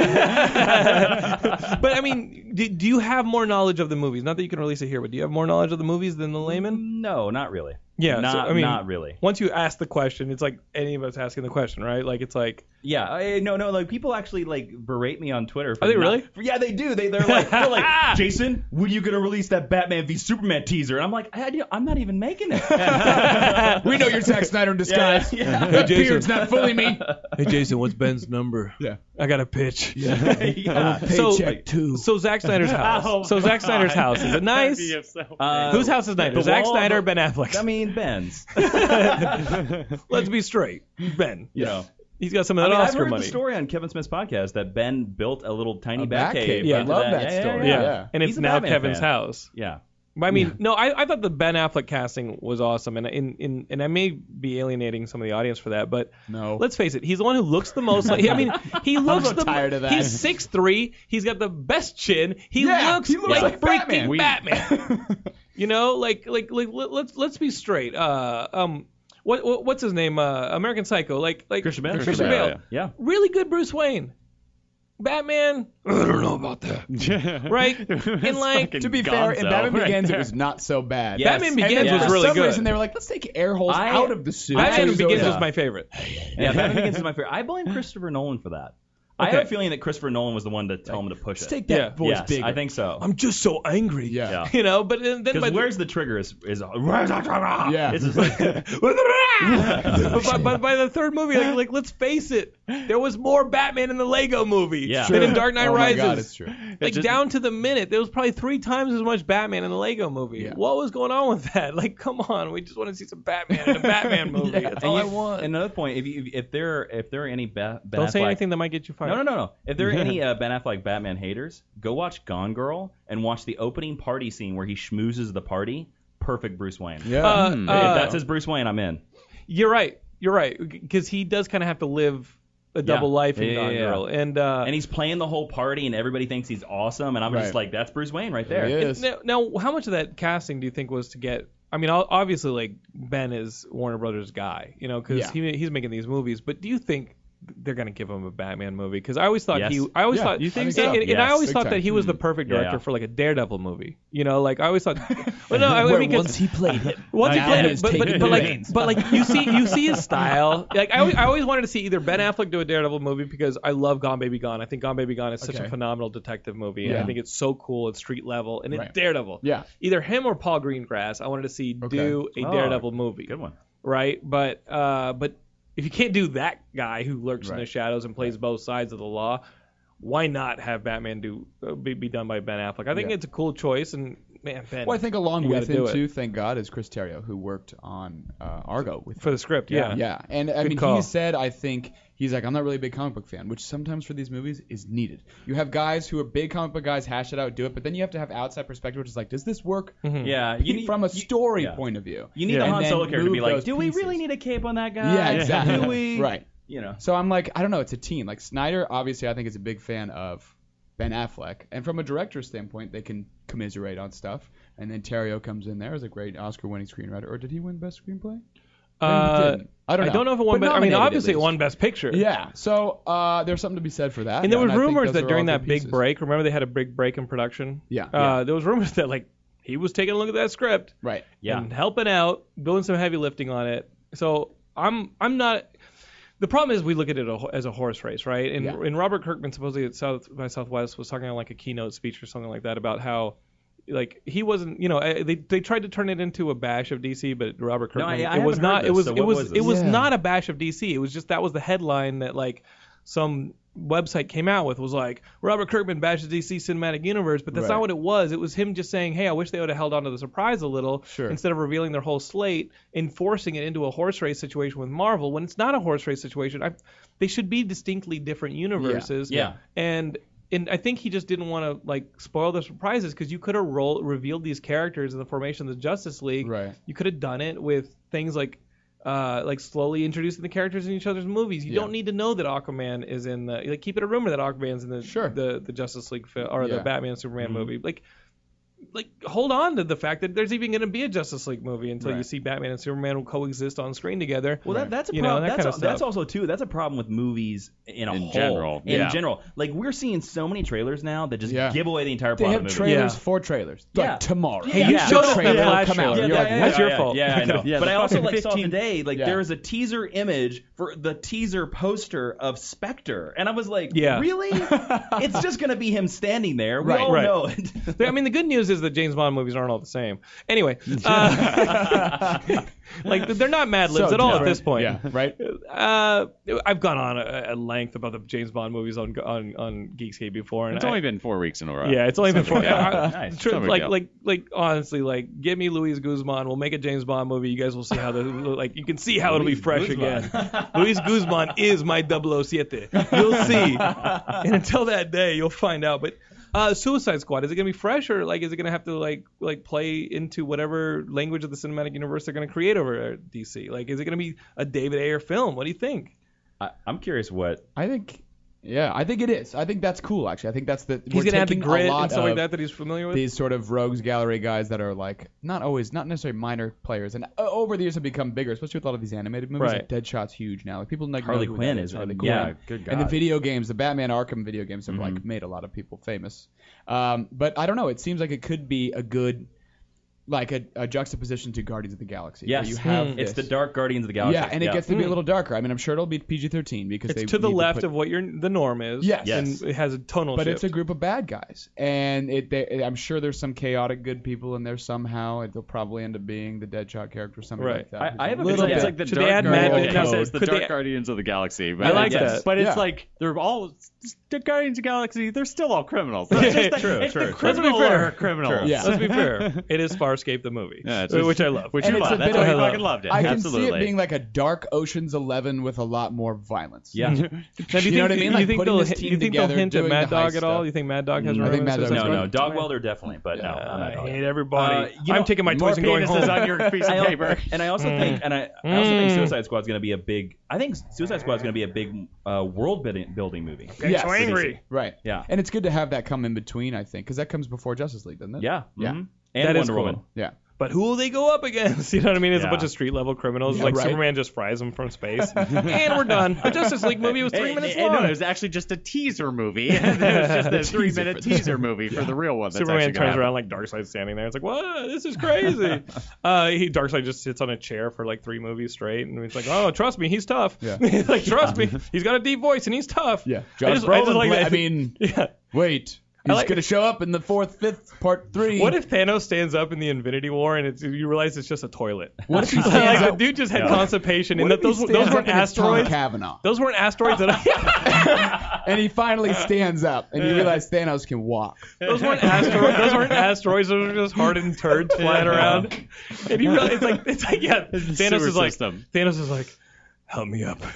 Speaker 1: But I mean, do, do you have more knowledge of the movies? Not that you can release it here, but do you have more knowledge of the movies than the layman?
Speaker 4: No, not really.
Speaker 1: Yeah, so,
Speaker 4: not
Speaker 1: I mean-
Speaker 4: not really.
Speaker 1: Once you ask the question, it's like any of us asking the question, right? Like it's like
Speaker 4: Yeah, I, no, no. Like people actually like berate me on Twitter. For
Speaker 1: Are they
Speaker 4: not-
Speaker 1: really?
Speaker 4: for- yeah, they do. They they're like, they're like, Jason, when are you gonna release that Batman v Superman teaser? And I'm like, I, I, am not even making it.
Speaker 2: we know you're Zack Snyder in disguise. That
Speaker 1: Jason.
Speaker 2: beard's not fooling me.
Speaker 1: Hey Jason, what's Ben's number?
Speaker 2: Yeah.
Speaker 1: I got a pitch.
Speaker 4: Yeah.
Speaker 1: So-
Speaker 2: Paycheck too.
Speaker 1: So Zack Snyder's house.
Speaker 3: Oh,
Speaker 1: so Zack
Speaker 3: God.
Speaker 1: Snyder's house. Is it nice?
Speaker 4: Uh,
Speaker 1: Whose house is nicer?
Speaker 4: the
Speaker 1: Zack
Speaker 4: wall-
Speaker 1: Snyder,
Speaker 4: the-
Speaker 1: or Ben Affleck.
Speaker 4: I mean, Ben's.
Speaker 1: Let's be straight. Ben.
Speaker 4: You know.
Speaker 1: He's got some
Speaker 4: I
Speaker 1: of that
Speaker 4: mean, I've
Speaker 1: Oscar
Speaker 4: heard
Speaker 1: money.
Speaker 4: the story on Kevin Smith's podcast that Ben built a little tiny
Speaker 2: A
Speaker 4: bat
Speaker 2: bat cave.
Speaker 4: cave.
Speaker 1: Yeah.
Speaker 4: after
Speaker 2: I love that story.
Speaker 1: yeah.
Speaker 2: Yeah.
Speaker 1: And
Speaker 4: He's
Speaker 1: it's
Speaker 4: a
Speaker 1: now
Speaker 4: Batman
Speaker 1: Kevin's
Speaker 4: fan.
Speaker 1: house.
Speaker 4: Yeah.
Speaker 1: I mean, no, I, I thought the Ben Affleck casting was awesome, and in, in and I may be alienating some of the audience for that, but
Speaker 2: No.
Speaker 1: let's face it, he's the one who looks the most like. I mean, he looks
Speaker 2: so
Speaker 1: the
Speaker 2: tired of that.
Speaker 1: he's six three. He's got the best chin. He
Speaker 2: Yeah,
Speaker 1: looks,
Speaker 2: he looks
Speaker 1: like,
Speaker 2: like Batman.
Speaker 1: freaking
Speaker 2: We-
Speaker 1: Batman. you know, like like like let, let's let's be straight. Uh, um, what, what what's his name? Uh, American Psycho. Like like
Speaker 4: Christian Bale.
Speaker 1: Christian
Speaker 4: Christian Bale,
Speaker 1: Bale.
Speaker 4: yeah. Yeah.
Speaker 1: Really good Bruce Wayne. Batman. I don't know about that. Right? And like
Speaker 2: to be fair, in Batman Begins, it was not so bad.
Speaker 4: Yes.
Speaker 1: Batman
Speaker 2: And
Speaker 1: Begins
Speaker 2: then
Speaker 1: was
Speaker 2: for
Speaker 1: really
Speaker 2: some
Speaker 1: good.
Speaker 2: reason, they were like, let's take air holes
Speaker 4: I-
Speaker 2: out of the suit.
Speaker 1: Batman
Speaker 2: So he's
Speaker 1: Begins
Speaker 2: always-
Speaker 1: was my favorite.
Speaker 4: Yeah, Batman Begins is my favorite. I blame Christopher Nolan for that. I
Speaker 1: Okay.
Speaker 4: have a feeling that Christopher Nolan was the one to tell him to push
Speaker 2: Let's
Speaker 4: it.
Speaker 2: take
Speaker 1: Yeah.
Speaker 2: that voice
Speaker 4: yes,
Speaker 2: bigger.
Speaker 4: I think so.
Speaker 1: I'm just so angry.
Speaker 2: Yeah.
Speaker 1: You know, but then then by the-
Speaker 4: Because
Speaker 1: Ah.
Speaker 4: where's the trigger is is where's the trigger?
Speaker 2: Yeah.
Speaker 4: It's just like
Speaker 1: but by, but by the third movie, like, like let's face it, there was more Batman in the Lego movie
Speaker 4: Yeah.
Speaker 1: than in Dark Knight
Speaker 2: oh
Speaker 1: Rises.
Speaker 2: My God, it's true.
Speaker 1: Like
Speaker 3: just-
Speaker 1: down to the minute, there was probably three times as much Batman in the Lego movie.
Speaker 2: Yeah.
Speaker 1: What was going on with that? Like, come on, we just want to see some Batman in a Batman movie. That's all I
Speaker 4: you-
Speaker 1: want.
Speaker 4: Another point, if you, if there if there are any ba- Ben
Speaker 1: Don't say
Speaker 4: Affleck-
Speaker 1: anything that might get you fired.
Speaker 4: No, no, no, no. If there are any uh, Ben Affleck Batman haters, go watch Gone Girl and watch the opening party scene where he schmoozes the party. Perfect Bruce Wayne.
Speaker 2: Yeah.
Speaker 1: Uh,
Speaker 3: Hmm.
Speaker 1: uh,
Speaker 4: if that says Bruce Wayne, I'm in.
Speaker 1: You're right. You're right. Because he does kind of have to live a double life in
Speaker 4: Yeah,
Speaker 1: Gone
Speaker 4: yeah, yeah.
Speaker 1: Girl. And, uh,
Speaker 4: And he's playing the whole party, and everybody thinks he's awesome. And I'm just
Speaker 2: Right.
Speaker 4: like, that's Bruce Wayne right there.
Speaker 2: He is.
Speaker 1: now, now, how much of that casting do you think was to get? I mean, ob- obviously, like Ben is Warner Brothers' guy, you know, because
Speaker 2: Yeah.
Speaker 1: he, he's making these movies. But do you think they're gonna give him a Batman movie? Because I always thought
Speaker 4: Yes.
Speaker 1: he, I always
Speaker 2: Yeah,
Speaker 1: thought
Speaker 2: you think
Speaker 1: and,
Speaker 2: so?
Speaker 1: and, and I
Speaker 4: Yes.
Speaker 1: always
Speaker 2: Big
Speaker 1: thought
Speaker 2: time. Mm-hmm.
Speaker 1: that he was the perfect
Speaker 4: Yeah,
Speaker 1: director
Speaker 4: yeah.
Speaker 1: for like a Daredevil movie, you know, like I always thought. well, no, I, I mean, 'cause-
Speaker 5: he played him.
Speaker 1: once you
Speaker 5: Now
Speaker 1: played
Speaker 5: he's
Speaker 1: it, but, but,
Speaker 5: taking
Speaker 1: but
Speaker 5: the
Speaker 1: like,
Speaker 5: reins.
Speaker 1: but like you see, you see his style. Like I, always- I always wanted to see either Ben Affleck do a Daredevil movie because I love Gone Baby Gone. I think Gone Baby Gone is such a
Speaker 2: Okay.
Speaker 1: phenomenal detective movie. I
Speaker 2: Yeah.
Speaker 1: think it's so cool. It's street level and it's
Speaker 2: Right.
Speaker 1: Daredevil.
Speaker 2: Yeah.
Speaker 1: Either him or Paul Greengrass. I wanted to see
Speaker 2: Okay.
Speaker 1: do a
Speaker 4: Oh,
Speaker 1: Daredevil movie.
Speaker 4: Good one.
Speaker 1: Right, but uh, but if you can't do that guy who lurks in
Speaker 2: Right.
Speaker 1: the shadows and plays both sides of the law. Why not have Batman do uh, be, be done by Ben Affleck? I think
Speaker 2: Yeah.
Speaker 1: it's a cool choice, and man, Ben
Speaker 2: Well, I think along
Speaker 1: You gotta
Speaker 2: with
Speaker 1: do
Speaker 2: him
Speaker 1: it.
Speaker 2: too, thank God, is Chris Terrio, who worked on uh, Argo with.
Speaker 1: for the script,
Speaker 2: yeah. and I
Speaker 1: Good
Speaker 2: mean,
Speaker 1: call.
Speaker 2: he said, I think he's like, I'm not really a big comic book fan, which sometimes for these movies is needed. You have guys who are big comic book guys hash it out, do it, but then you have to have outside perspective, which is like, does this work
Speaker 1: Mhm.
Speaker 4: Yeah, you need,
Speaker 2: from a story
Speaker 4: yeah.
Speaker 2: point of view?
Speaker 4: you need
Speaker 1: Yeah.
Speaker 4: the
Speaker 1: And
Speaker 4: Han
Speaker 2: then
Speaker 4: Solo character to be
Speaker 2: move
Speaker 4: like,
Speaker 2: those
Speaker 4: do we really
Speaker 2: pieces.
Speaker 4: need a cape on that guy?
Speaker 2: Yeah, exactly.
Speaker 4: Do we?
Speaker 2: Right.
Speaker 4: You know.
Speaker 2: So I'm like, I don't know. It's a team. Like Snyder, obviously, I think is a big fan of Ben Affleck, and from a director's standpoint, they can commiserate on stuff. And then Terrio comes in there as a great Oscar-winning screenwriter, or did he win Best Screenplay? Maybe he
Speaker 1: Uh,
Speaker 2: didn't. I don't know.
Speaker 1: I don't know if it won.
Speaker 2: But
Speaker 1: But I mean,
Speaker 2: nominated, at
Speaker 1: obviously, it
Speaker 2: least.
Speaker 1: won Best Picture.
Speaker 2: Yeah. So uh, there's something to be said for that.
Speaker 1: And there
Speaker 2: Yeah,
Speaker 1: was
Speaker 2: I think
Speaker 1: rumors
Speaker 2: those
Speaker 1: that
Speaker 2: are
Speaker 1: during
Speaker 2: all
Speaker 1: that
Speaker 2: good
Speaker 1: big
Speaker 2: pieces.
Speaker 1: break, remember they had a big break in production.
Speaker 2: Yeah.
Speaker 1: Uh, there was rumors that like he was taking a look at that script
Speaker 2: Right.
Speaker 4: Yeah.
Speaker 1: and helping out, doing some heavy lifting on it. So I'm I'm not. The problem is we look at it a ho- as a horse race, right? And,
Speaker 2: Yeah.
Speaker 1: and Robert Kirkman supposedly at South by Southwest was talking on like a keynote speech or something like that about how. Like he wasn't, you know, eh, they they tried to turn it into a bash of DC, but Robert
Speaker 4: No, I-
Speaker 1: Kirkman,
Speaker 4: I
Speaker 1: it was
Speaker 4: haven't
Speaker 1: not,
Speaker 4: heard
Speaker 1: it
Speaker 4: this,
Speaker 1: was,
Speaker 4: so
Speaker 1: it
Speaker 4: what
Speaker 1: was,
Speaker 4: was this?
Speaker 1: it was
Speaker 2: Yeah.
Speaker 1: not a bash of DC. It was just that was the headline that like some website came out with was like Robert Kirkman bashes DC cinematic universe, but that's not
Speaker 2: Right.
Speaker 1: what it was. It was him just saying, "Hey, I wish they would have held on to the surprise a little
Speaker 2: Sure.
Speaker 1: instead of revealing their whole slate and forcing it into a horse race situation with Marvel when it's not a horse race situation. I, they should be distinctly different universes.
Speaker 4: Yeah.
Speaker 1: And and I think he just didn't want to like spoil the surprises because you could have roll revealed these characters in the formation of the Justice League.
Speaker 2: Right.
Speaker 1: You could have done it with things like uh, like slowly introducing the characters in each other's movies. You
Speaker 2: Yeah.
Speaker 1: don't need to know that Aquaman is in the like keep it a rumor that Aquaman's in the
Speaker 2: Sure.
Speaker 1: the, the Justice League film or the
Speaker 2: Yeah. Mm-hmm.
Speaker 1: Batman Superman movie. Like like hold on to the fact that there's even going to be a Justice League movie until you
Speaker 2: Right.
Speaker 1: see Batman and Superman will coexist on screen together.
Speaker 4: Well, that, that's a
Speaker 1: You know,
Speaker 4: problem.
Speaker 1: that
Speaker 4: that's,
Speaker 1: kind of
Speaker 4: that's
Speaker 1: stuff.
Speaker 4: also too. That's a problem with movies in a
Speaker 3: In
Speaker 4: whole.
Speaker 3: general,
Speaker 4: in
Speaker 3: yeah.
Speaker 4: general, like we're seeing so many trailers now that just
Speaker 2: Yeah.
Speaker 4: give away the entire
Speaker 2: They
Speaker 4: plot of
Speaker 2: have
Speaker 4: the movie.
Speaker 2: trailers
Speaker 1: Yeah.
Speaker 2: for trailers.
Speaker 4: Yeah.
Speaker 2: Like tomorrow.
Speaker 4: Hey, you
Speaker 2: The
Speaker 4: showed us
Speaker 2: trailer
Speaker 1: that
Speaker 2: will
Speaker 1: Flash
Speaker 2: come out.
Speaker 1: trailer.
Speaker 2: You're
Speaker 1: Yeah,
Speaker 2: like,
Speaker 1: yeah,
Speaker 2: what?
Speaker 1: yeah. your fault.
Speaker 4: Yeah, I know.
Speaker 3: Yeah,
Speaker 4: but
Speaker 3: the
Speaker 4: I also like
Speaker 3: fucking
Speaker 4: saw
Speaker 3: 15
Speaker 4: today like
Speaker 2: Yeah.
Speaker 4: there was a teaser image for the teaser poster of Spectre, and I was like,
Speaker 1: Yeah.
Speaker 4: really? it's just gonna be him standing there. We
Speaker 2: Right.
Speaker 4: all
Speaker 1: Right.
Speaker 4: know it.
Speaker 1: I mean, the good news is that James Bond movies aren't all the same. Anyway, uh, like they're not Mad Libs
Speaker 2: So
Speaker 1: at all at
Speaker 2: different.
Speaker 1: this point.
Speaker 2: Yeah. Right.
Speaker 1: Uh, I've gone on at length about the James Bond movies on on on Geekscape before, and
Speaker 3: It's
Speaker 1: I-
Speaker 3: only been four weeks in a row.
Speaker 1: yeah, it's only been
Speaker 3: no
Speaker 1: four.
Speaker 3: big deal.
Speaker 1: I- I-
Speaker 4: Nice.
Speaker 1: tr-
Speaker 3: No big
Speaker 1: like,
Speaker 3: deal.
Speaker 1: like, like, honestly, like, give me Luis Guzman. We'll make a James Bond movie. You guys will see how the like. You can see how it'll be
Speaker 4: Luis
Speaker 1: fresh
Speaker 4: Guzman.
Speaker 1: again. Luis Guzman is my 007. You'll see. and until that day, you'll find out. But uh, Suicide Squad is it gonna be fresh or like is it gonna have to like like play into whatever language of the cinematic universe they're gonna create over at DC? Like, is it gonna be a David Ayer film? What do you think?
Speaker 4: I, I'm curious what.
Speaker 2: I think. Yeah, I think it is. I think that's cool. Actually, I think that's the
Speaker 1: He's
Speaker 2: we're
Speaker 1: gonna add the
Speaker 2: taking a
Speaker 1: grit
Speaker 2: lot
Speaker 1: and stuff like
Speaker 2: of-
Speaker 1: that that he's familiar with.
Speaker 2: these sort of rogues gallery guys that are like not always not necessarily minor players and o- over the years have become bigger especially with a lot of these animated movies
Speaker 1: Right.
Speaker 2: like deadshot's huge now like people like know
Speaker 4: Harley
Speaker 2: who that
Speaker 4: Quinn is.
Speaker 2: harley
Speaker 4: um,
Speaker 2: quinn
Speaker 4: Yeah, good Mm-hmm. God.
Speaker 2: and the video games the batman arkham video games have like made a lot of people famous um, but i don't know it seems like it could be a good like a, a juxtaposition to guardians of the galaxy where
Speaker 4: Yes.
Speaker 2: you have
Speaker 1: Hmm.
Speaker 4: it's the
Speaker 2: this-
Speaker 4: Dark Guardians of the Galaxy.
Speaker 2: yeah and it gets to be
Speaker 1: Mm.
Speaker 2: a little darker i mean i'm sure it'll be pg-13 because they
Speaker 1: It's to the
Speaker 2: need
Speaker 1: left
Speaker 2: put-
Speaker 1: of what your the norm is.
Speaker 2: Yes.
Speaker 1: And it has a tonal
Speaker 2: but
Speaker 1: shift.
Speaker 2: it's a group of bad guys, and it. They, I'm sure there's some chaotic good people in there somehow. and They'll probably end up being the Deadshot character, or something
Speaker 1: Right.
Speaker 2: like that.
Speaker 4: I-
Speaker 2: Who's
Speaker 4: I have a
Speaker 3: It's
Speaker 2: little
Speaker 4: good
Speaker 3: like,
Speaker 2: bit.
Speaker 3: it's like the
Speaker 1: Should
Speaker 3: Dark
Speaker 1: they add
Speaker 3: Guardians.
Speaker 2: magic?
Speaker 3: Okay,
Speaker 2: No,
Speaker 3: so it's the
Speaker 1: could they-
Speaker 3: Dark Guardians of the Galaxy. But
Speaker 1: I like
Speaker 3: it's-
Speaker 1: that.
Speaker 3: But
Speaker 2: Yeah.
Speaker 3: it's like they're all the Guardians of the Galaxy. They're still all criminals. It's
Speaker 1: Yeah,
Speaker 3: just the-
Speaker 4: true,
Speaker 3: it's
Speaker 4: true,
Speaker 3: the
Speaker 4: true.
Speaker 3: criminal
Speaker 1: Let's be fair.
Speaker 3: or criminals.
Speaker 2: Yeah.
Speaker 1: Let's be fair. It is far Starscape the movie,
Speaker 3: Yeah, it's
Speaker 1: uh,
Speaker 3: just-
Speaker 1: which I love.
Speaker 3: Which
Speaker 2: And
Speaker 3: you
Speaker 2: it's a
Speaker 3: love. That's
Speaker 2: bit
Speaker 3: why
Speaker 2: of-
Speaker 3: I fucking loved it.
Speaker 2: I can
Speaker 3: Absolutely.
Speaker 2: see it being like a dark Ocean's Eleven with a lot more violence.
Speaker 4: Yeah.
Speaker 1: Now, do
Speaker 2: You know what I
Speaker 1: think- do
Speaker 2: mean? Like,
Speaker 1: you think
Speaker 2: putting
Speaker 1: they'll,
Speaker 2: this
Speaker 1: hint-
Speaker 2: team
Speaker 1: you think they'll
Speaker 2: together,
Speaker 1: hint at
Speaker 2: doing
Speaker 1: Mad
Speaker 2: the
Speaker 1: Dog
Speaker 2: heist
Speaker 1: at all?
Speaker 2: stuff.
Speaker 1: You think Mad Dog has?
Speaker 2: Mm,
Speaker 1: a
Speaker 2: I think
Speaker 1: role in
Speaker 2: Mad
Speaker 1: Suicide
Speaker 2: Dog's
Speaker 4: No,
Speaker 1: Squad?
Speaker 4: no, Dog Welder definitely, but no.
Speaker 1: Uh, Yeah,
Speaker 4: I'm not
Speaker 1: I
Speaker 4: Dog
Speaker 1: hate
Speaker 4: Wilder.
Speaker 1: everybody.
Speaker 4: Uh, you
Speaker 1: I'm
Speaker 4: know,
Speaker 1: taking my
Speaker 3: More
Speaker 1: toys and going
Speaker 3: penises
Speaker 1: home.
Speaker 3: on your piece of
Speaker 4: I-
Speaker 3: paper.
Speaker 4: And I also think, and I, I also think Suicide Squad is going to be a big. I think Suicide Squad is going to be a big uh, world building building movie.
Speaker 2: Yes.
Speaker 1: so angry.
Speaker 2: Right.
Speaker 4: Yeah.
Speaker 2: And it's good to have that come in between, I think, because that comes before Justice League, doesn't it?
Speaker 4: Yeah.
Speaker 2: Yeah.
Speaker 4: mhm. And
Speaker 1: That is
Speaker 4: Wonder
Speaker 1: cool.
Speaker 4: Woman.
Speaker 2: Yeah.
Speaker 1: But who will they go up against? You know what I mean? It's a
Speaker 4: Yeah.
Speaker 1: bunch of street level criminals.
Speaker 2: Yeah,
Speaker 1: like
Speaker 2: right.
Speaker 1: Superman just fries them from space, and we're done. The Justice League movie was three
Speaker 3: Hey,
Speaker 1: minutes
Speaker 3: hey, No,
Speaker 1: long.
Speaker 3: it was actually just a teaser movie. it was just a three minute teaser movie for the real one. That's
Speaker 1: Superman
Speaker 3: actually gonna
Speaker 1: turns
Speaker 3: happen.
Speaker 1: around like Darkseid's standing there. It's like, what? This is crazy. uh, he Darkseid just sits on a chair for like three movies straight, and he's like, oh, trust me, he's tough.
Speaker 2: Yeah.
Speaker 1: He's like, trust me, he's got a deep voice and he's tough.
Speaker 2: Yeah.
Speaker 1: I
Speaker 2: Josh
Speaker 1: just- I
Speaker 2: Brolin.
Speaker 1: just like
Speaker 2: play-
Speaker 1: that-
Speaker 2: I mean,
Speaker 1: Yeah.
Speaker 2: wait.
Speaker 1: I
Speaker 2: He's
Speaker 1: like-
Speaker 2: gonna show up in the fourth, fifth, part three.
Speaker 1: What if Thanos stands up in the Infinity War and it's, you realize it's just a toilet?
Speaker 2: What if he
Speaker 1: like
Speaker 2: stands
Speaker 1: the
Speaker 2: up?
Speaker 1: dude just had
Speaker 4: Yeah.
Speaker 1: constipation,
Speaker 2: what
Speaker 1: and
Speaker 2: if
Speaker 1: that
Speaker 2: he
Speaker 1: those, those
Speaker 2: stands up
Speaker 1: weren't
Speaker 2: and it's Tom
Speaker 1: asteroids.
Speaker 2: Kavanaugh,
Speaker 1: Those weren't asteroids that I.
Speaker 2: and he finally stands up, and you realize Thanos can walk.
Speaker 1: Those weren't asteroids. Those weren't asteroids. Those were just hardened turds flying around. And you realize it's like it's like yeah. Thanos
Speaker 3: sewer
Speaker 1: is like
Speaker 3: system.
Speaker 1: Thanos is like, help me up.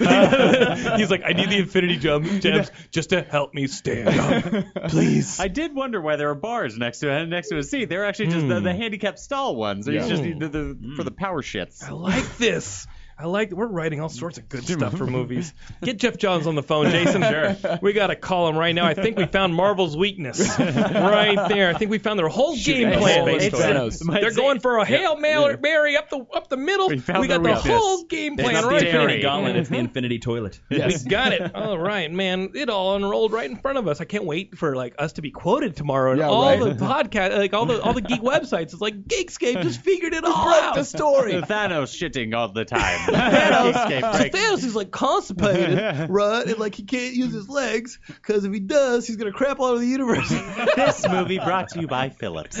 Speaker 1: He's like, I need the Infinity Gem gems just to help me stand up, please.
Speaker 3: I did wonder why there are bars next to next to his seat. They're actually just the, the handicapped stall ones. He's
Speaker 2: Yeah.
Speaker 3: just the, the- for the power shits.
Speaker 1: I like this. I like we're writing all sorts of good stuff for movies. Get Jeff Johns on the phone, Jason. sure. We gotta call him right now. I think we found Marvel's weakness right there. I think we found their whole game
Speaker 2: a
Speaker 1: plan.
Speaker 2: hole in
Speaker 1: It's-
Speaker 2: Thanos.
Speaker 1: They're going for a hail Mary, Mary up the up the middle. We,
Speaker 3: We found
Speaker 1: got
Speaker 3: their
Speaker 1: the
Speaker 3: weakness.
Speaker 1: whole game
Speaker 4: It's
Speaker 1: plan
Speaker 4: not
Speaker 1: right
Speaker 4: the Infinity
Speaker 1: there.
Speaker 4: Gauntlet. It's the Infinity Toilet.
Speaker 1: We got it. All right, man. It all unrolled right in front of us. I can't wait for like us to be quoted tomorrow and
Speaker 2: Yeah,
Speaker 1: all
Speaker 2: right.
Speaker 1: the podcast, like all the all the geek websites. It's like Geekscape just figured it all out.
Speaker 2: The story.
Speaker 3: Thanos shitting all the time.
Speaker 1: So
Speaker 3: Thanos.
Speaker 1: Thanos is like constipated, right? And like he can't use his legs because if he does, he's gonna crap all over the universe.
Speaker 3: this movie brought to you by Phillips.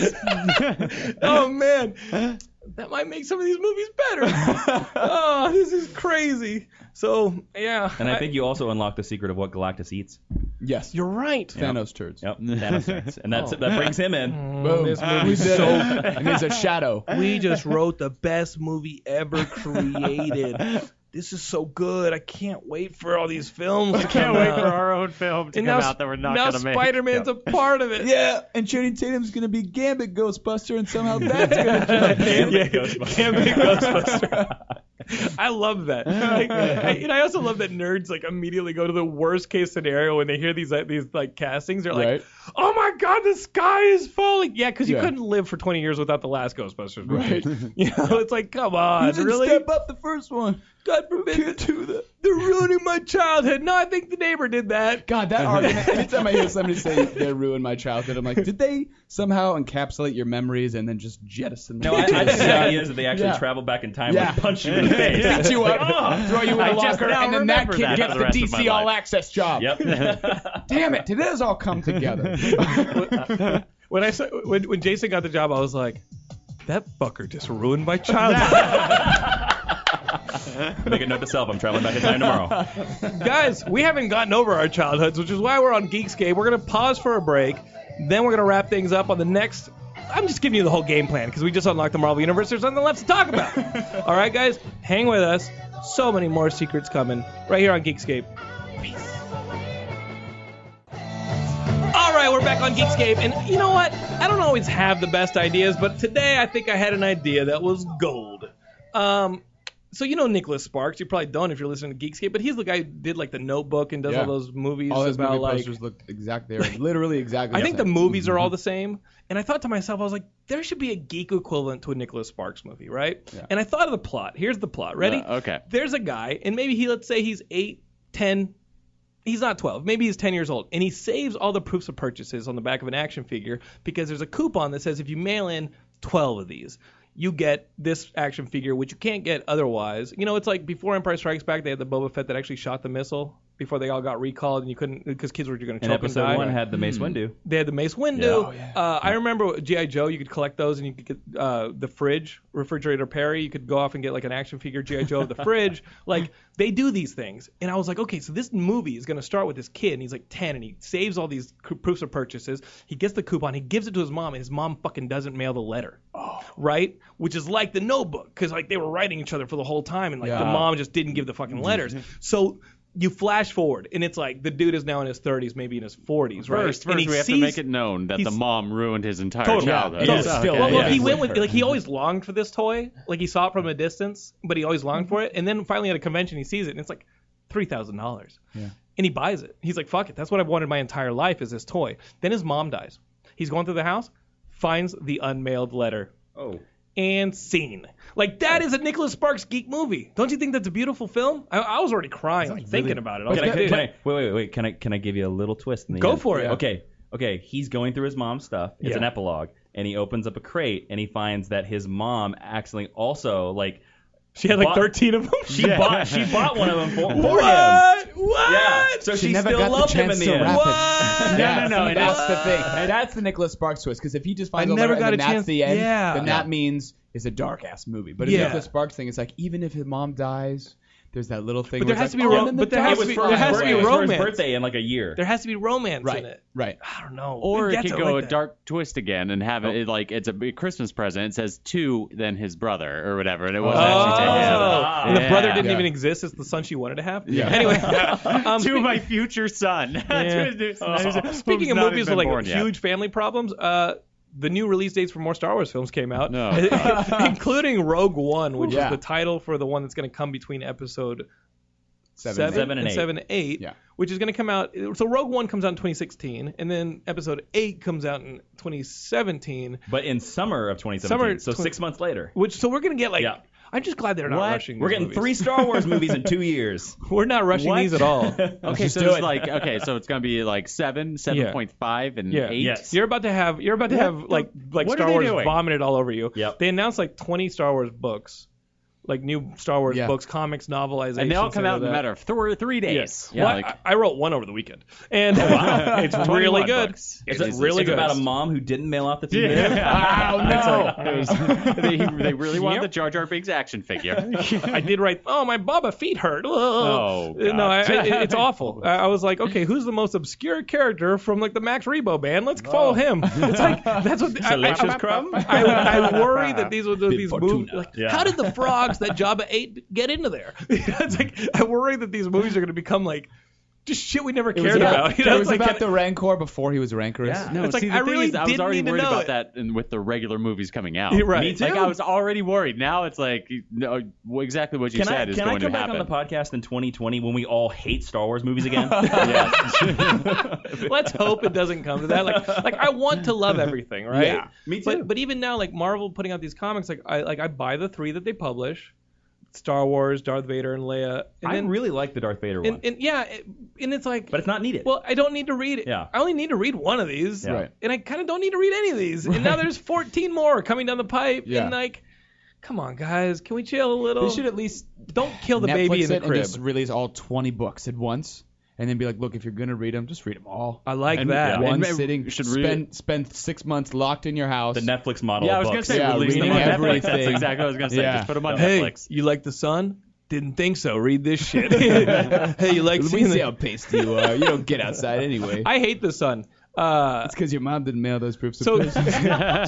Speaker 1: oh man, that might make some of these movies better. oh, this is crazy. So yeah,
Speaker 4: And I think you also unlock the secret of what Galactus eats.
Speaker 2: Yes.
Speaker 1: you're right.
Speaker 2: Thanos turds.
Speaker 4: Yep. Thanos eats. And that's, that brings him in.
Speaker 2: Boom.
Speaker 1: Mm, This
Speaker 2: Ah, we
Speaker 1: movie's
Speaker 2: did it.
Speaker 1: so
Speaker 2: And he's a shadow.
Speaker 1: we just wrote the best movie ever created. This is so good. I can't wait for all these films. I
Speaker 3: Can't wait for our own film to
Speaker 1: and
Speaker 3: come
Speaker 1: now,
Speaker 3: out that we're not
Speaker 1: now
Speaker 3: gonna make.
Speaker 1: Spider-Man's a part of it.
Speaker 2: Yeah, and Channing Tatum's gonna be Gambit Ghostbuster, and somehow that's gonna jump in.
Speaker 1: Yeah, Can't be Ghostbuster. I love that. Like, I, and I also love that nerds like immediately go to the worst case scenario when they hear these like, these like castings. They're like,
Speaker 2: Right.
Speaker 1: "Oh my God, the sky is falling!" Yeah, because you
Speaker 2: Yeah.
Speaker 1: couldn't live for 20 years without the last Ghostbusters movie.
Speaker 2: Right.
Speaker 1: You know, it's like, come on,
Speaker 2: You didn't
Speaker 1: really?
Speaker 2: step up the first one.
Speaker 1: God forbid do that. They're ruining my childhood. No, I think the neighbor did that.
Speaker 2: God, that argument. Anytime I hear somebody say they ruined my childhood, I'm like, did they somehow encapsulate your memories and then just jettison them?
Speaker 4: No, I, I think the
Speaker 2: Yeah.
Speaker 4: idea is that they actually
Speaker 2: Yeah.
Speaker 4: travel back in time
Speaker 2: Yeah.
Speaker 4: and punch you in the face. oh!
Speaker 2: Beat you up, throw you in
Speaker 3: I
Speaker 2: a
Speaker 3: just
Speaker 2: locker,
Speaker 3: now
Speaker 2: and then that
Speaker 3: remember
Speaker 2: kid
Speaker 3: that for
Speaker 2: gets
Speaker 3: the
Speaker 2: the,
Speaker 3: rest of my
Speaker 2: DC All
Speaker 3: life.
Speaker 2: Access job.
Speaker 4: Yep.
Speaker 2: Damn it! Did it has all come together?
Speaker 1: When I saw, when, when Jason got the job, I was like, that fucker just ruined my childhood.
Speaker 4: Make a note to self. I'm traveling back in time tomorrow.
Speaker 1: Guys, we haven't gotten over our childhoods, which is why we're on Geekscape. We're gonna pause for a break, then we're gonna wrap things up on the next. I'm just giving you the whole game plan because we just unlocked the Marvel Universe. There's nothing left to talk about. All right, guys, hang with us. So many more secrets coming right here on Geekscape. All right, we're back on Geekscape, and you know what? I don't always have the best ideas, but today I think I had an idea that was gold. Um, so you know Nicholas Sparks, you probably don't if you're listening to Geekscape, but he's the guy who did like the Notebook and does
Speaker 2: Yeah.
Speaker 1: all those movies
Speaker 2: all his
Speaker 1: about
Speaker 2: movie
Speaker 1: like.
Speaker 2: posters looked exactly, they were literally exactly.
Speaker 1: I think the
Speaker 2: same.
Speaker 1: movies
Speaker 4: Mm-hmm.
Speaker 1: are all the same, and I thought to myself, I was like, there should be a geek equivalent to a Nicholas Sparks movie, right?
Speaker 2: Yeah.
Speaker 1: And I thought of the plot. Here's the plot. Ready?
Speaker 3: Uh, okay.
Speaker 1: there's a guy, and maybe he, let's say he's eight, ten, he's not 12, maybe he's 10 years old, and he saves all the proofs of purchases on the back of an action figure because there's a coupon that says if you mail in 12 of these, you get this action figure, which you can't get otherwise. You know, it's like before Empire Strikes Back, they had the Boba Fett that actually shot the missile. before they all got recalled and you couldn't because kids were going to
Speaker 4: And
Speaker 1: choke and
Speaker 4: episode
Speaker 1: die.
Speaker 4: one had the Mace Windu.
Speaker 1: They had the Mace Windu.
Speaker 2: Yeah. Oh, yeah.
Speaker 1: Uh, I remember GI Joe. You could collect those, and you could get uh, the fridge, refrigerator Perry. You could go off and get like an action figure GI Joe of the fridge. Like they do these things, and I was like, okay, so this movie is gonna start with this kid, and he's like 10, and he saves all these co- proofs of purchases. He gets the coupon, he gives it to his mom, and his mom fucking doesn't mail the letter.
Speaker 2: Oh.
Speaker 1: Right, which is like the notebook, because like they were writing each other for the whole time, and like the
Speaker 2: Yeah. Mm-hmm.
Speaker 1: mom just didn't give the fucking letters. so you flash forward, and it's like the dude is now in his 30s, maybe in his 40s, right?
Speaker 3: First,
Speaker 1: and
Speaker 3: first we have to
Speaker 1: sees-
Speaker 3: make it known that the
Speaker 1: he's-
Speaker 3: mom ruined his entire
Speaker 1: Totally.
Speaker 3: childhood.
Speaker 2: Yeah,
Speaker 1: Totally.
Speaker 2: Yes.
Speaker 1: Well,
Speaker 2: Okay,
Speaker 1: look,
Speaker 2: yeah.
Speaker 1: he went with like he always longed for this toy. Like he saw it from a distance, but he always longed for it. And then finally at a convention, he sees it, and it's like three thousand dollars.
Speaker 2: Yeah.
Speaker 1: And he buys it. He's like, "Fuck it, that's what I've wanted my entire life is this toy." Then his mom dies. He's going through the house, finds the unmailed letter,
Speaker 4: Oh.
Speaker 1: and scene. Like that is a Nicholas Sparks geek movie. Don't you think that's a beautiful film? I, I was already crying like, thinking about it. I was
Speaker 4: Can I,
Speaker 1: like, dude,
Speaker 4: can I, wait, wait, wait. Can I can I give you a little twist? In the
Speaker 1: Go
Speaker 4: end?
Speaker 1: for it. Yeah.
Speaker 4: Okay, okay. He's going through his mom's stuff. It's
Speaker 1: Yeah.
Speaker 4: an epilogue, and he opens up a crate and he finds that his mom accidentally also like
Speaker 1: she had like
Speaker 4: Bought-
Speaker 1: thirteen of them.
Speaker 4: she bought she bought one of them for, for him.
Speaker 1: what? What?
Speaker 4: Yeah. So she,
Speaker 2: She never
Speaker 4: still
Speaker 2: got the
Speaker 4: loved him in
Speaker 2: chance
Speaker 4: the
Speaker 2: to
Speaker 4: end.
Speaker 2: wrap it.
Speaker 1: What?
Speaker 2: Yeah,
Speaker 3: no, no,
Speaker 2: see,
Speaker 3: and
Speaker 2: that's
Speaker 3: it's-
Speaker 2: the thing. And that's the Nicholas Sparks twist. Because if he just finds
Speaker 1: I
Speaker 2: a
Speaker 1: never
Speaker 2: letter
Speaker 1: got
Speaker 2: and
Speaker 1: a
Speaker 2: then
Speaker 1: chance-
Speaker 2: that's the end,
Speaker 1: yeah.
Speaker 2: then
Speaker 1: Yeah.
Speaker 2: that means it's a dark ass movie. But
Speaker 1: Yeah.
Speaker 2: the Nicholas Sparks thing is like, even if his mom dies, there's that little thing.
Speaker 1: But
Speaker 2: where
Speaker 1: there has
Speaker 2: it's
Speaker 1: to
Speaker 2: like,
Speaker 1: be
Speaker 2: oh,
Speaker 1: rom-
Speaker 2: and then
Speaker 1: but
Speaker 2: the
Speaker 1: there has
Speaker 4: It
Speaker 2: dog
Speaker 1: to
Speaker 4: was
Speaker 1: be-
Speaker 2: dies.
Speaker 1: there
Speaker 4: for his
Speaker 1: has to be
Speaker 4: birthday. It was for his
Speaker 1: romance.
Speaker 4: birthday in like a year.
Speaker 1: There has to be romance
Speaker 2: Right,
Speaker 1: in it.
Speaker 2: right.
Speaker 1: I don't know.
Speaker 3: Or it
Speaker 1: gets
Speaker 3: could go
Speaker 1: like
Speaker 3: a
Speaker 1: that.
Speaker 3: dark twist again and have it like it's a big Christmas present. It says two, then his brother or whatever, and it
Speaker 1: Oh,
Speaker 3: wasn't actually taken.
Speaker 4: Yeah.
Speaker 1: And the brother
Speaker 3: Yeah.
Speaker 1: didn't
Speaker 2: Yeah.
Speaker 1: even exist. It's the son she wanted to have.
Speaker 2: Yeah.
Speaker 1: Anyway, um,
Speaker 3: to
Speaker 1: spe-
Speaker 3: my future son. To his new son, who's- who's
Speaker 1: speaking of
Speaker 3: not
Speaker 1: movies
Speaker 3: even
Speaker 1: with like
Speaker 3: born yet.
Speaker 1: huge family problems, uh, the new release dates for more Star Wars films came out,
Speaker 3: No.
Speaker 1: including Rogue One, which
Speaker 2: Yeah.
Speaker 1: is the title for the one that's going to come between episode
Speaker 2: Seven.
Speaker 1: seven,
Speaker 4: Seven and eight.
Speaker 1: seven and eight,
Speaker 2: Yeah.
Speaker 1: which is going to come out. So Rogue One comes out in 2016, and then episode eight comes out in 2017.
Speaker 4: but in summer of 2017,
Speaker 1: Summer
Speaker 4: so
Speaker 1: twen-
Speaker 4: six months later,
Speaker 1: Which so we're gonna get like.
Speaker 4: Yeah.
Speaker 1: I'm just glad they're not
Speaker 3: What?
Speaker 1: rushing.
Speaker 4: we're
Speaker 1: these
Speaker 4: getting
Speaker 1: movies.
Speaker 4: three Star Wars movies in two years.
Speaker 1: We're not rushing
Speaker 3: What?
Speaker 1: these at all.
Speaker 3: Okay,
Speaker 2: just
Speaker 3: so
Speaker 2: do
Speaker 3: it's
Speaker 2: it.
Speaker 3: like okay, so it's gonna be like seven, seven point five, and
Speaker 1: Yeah.
Speaker 3: eight.
Speaker 4: Yes.
Speaker 1: You're about to have you're about to have like like
Speaker 3: what are
Speaker 1: Star
Speaker 3: they
Speaker 1: Wars
Speaker 3: doing?
Speaker 1: vomited all over you.
Speaker 4: Yep.
Speaker 1: They announced like 20 Star Wars books, like new Star Wars
Speaker 2: Yeah.
Speaker 1: books, comics, novelizations,
Speaker 3: And they all come out in a
Speaker 1: that.
Speaker 3: matter of three, three days.
Speaker 1: Yes.
Speaker 3: Yeah,
Speaker 1: Well,
Speaker 3: like-
Speaker 1: I, I wrote one over the weekend, and
Speaker 3: wow.
Speaker 1: it's really
Speaker 3: 21
Speaker 1: good.
Speaker 3: books.
Speaker 1: It's
Speaker 3: Jesus.
Speaker 1: really
Speaker 4: it's
Speaker 1: good.
Speaker 4: about a mom who didn't mail out the TV.
Speaker 2: Wow, no.
Speaker 3: It's like- they, they really want
Speaker 1: Yep.
Speaker 3: the Jar Jar Binks action figure.
Speaker 1: I did write. Oh, my Baba feet hurt. Oh,
Speaker 3: God.
Speaker 1: no, I, I, it's awful. I, I was like, okay, who's the most obscure character from like the Max Rebo band? Let's follow him. It's like that's what I, I,
Speaker 4: Salacious
Speaker 1: I,
Speaker 4: Crumb?
Speaker 1: I, I worry that these were the,
Speaker 4: Big
Speaker 1: these
Speaker 4: Fortuna.
Speaker 1: movies. Like,
Speaker 4: Yeah.
Speaker 1: How did the frogs that Jabba ate get into there? it's like I worry that these movies are going to become like just shit we never
Speaker 2: It was
Speaker 1: cared
Speaker 2: about-
Speaker 1: about. You know,
Speaker 2: it
Speaker 1: it's
Speaker 2: was
Speaker 1: like,
Speaker 2: about the Rancor before he was rancorous.
Speaker 4: Yeah.
Speaker 3: No,
Speaker 1: It's like,
Speaker 3: see, the
Speaker 1: I
Speaker 3: thing
Speaker 1: really
Speaker 3: is, I was
Speaker 1: didn't
Speaker 3: already
Speaker 1: need to
Speaker 3: worried
Speaker 1: know
Speaker 3: about
Speaker 1: it.
Speaker 3: that and with the regular movies coming out.
Speaker 1: You're right.
Speaker 4: Me too.
Speaker 3: Like I was already worried. Now it's like you know, well, exactly what you
Speaker 4: Can
Speaker 3: said
Speaker 4: I,
Speaker 3: is
Speaker 4: can I
Speaker 3: going
Speaker 4: come
Speaker 3: to
Speaker 4: back
Speaker 3: happen.
Speaker 4: on the podcast in 2020 when we all hate Star Wars movies again?
Speaker 1: let's hope it doesn't come to that. Like, like I want to love everything, right?
Speaker 2: Yeah,
Speaker 4: me too.
Speaker 1: But but even now, like Marvel putting out these comics, like I like I buy the three that they publish, Star Wars, Darth Vader, and Leia. And
Speaker 4: I
Speaker 1: then,
Speaker 4: really like the Darth Vader one,
Speaker 1: and, and yeah, it, and it's like,
Speaker 4: but it's not needed.
Speaker 1: well, I don't need to read it.
Speaker 4: Yeah.
Speaker 1: I only need to read one of these,
Speaker 4: Yeah.
Speaker 2: Right.
Speaker 1: and I kind of don't need to read any of these. And now there's 14 more coming down the pipe,
Speaker 2: Yeah.
Speaker 1: and like, come on, guys, can we chill a little?
Speaker 2: They should at least
Speaker 1: don't kill the
Speaker 2: Netflix
Speaker 1: baby in
Speaker 2: it
Speaker 1: the
Speaker 2: and
Speaker 1: crib.
Speaker 2: just release all 20 books at once, and then be like, look, if you're gonna read them, just read them all.
Speaker 1: I like
Speaker 2: And
Speaker 1: that.
Speaker 2: One
Speaker 3: And maybe
Speaker 2: sitting.
Speaker 3: we should read
Speaker 2: spend spend six months locked in your house.
Speaker 4: the Netflix model.
Speaker 3: yeah,
Speaker 4: of
Speaker 3: I was gonna
Speaker 4: books.
Speaker 3: say
Speaker 2: Yeah,
Speaker 3: release them
Speaker 2: reading
Speaker 3: on Netflix. That's
Speaker 2: everything.
Speaker 3: exactly what I was gonna say.
Speaker 2: Yeah.
Speaker 3: Just put them on
Speaker 1: hey,
Speaker 3: Netflix.
Speaker 1: you like the sun? Didn't think so. Read this shit. hey, you like
Speaker 2: we
Speaker 1: seeing
Speaker 2: see
Speaker 1: the-
Speaker 2: how pasty you are. You don't get outside anyway.
Speaker 1: I hate the sun. Uh,
Speaker 2: It's because your mom didn't mail those proofs.
Speaker 1: So-
Speaker 2: of purchase.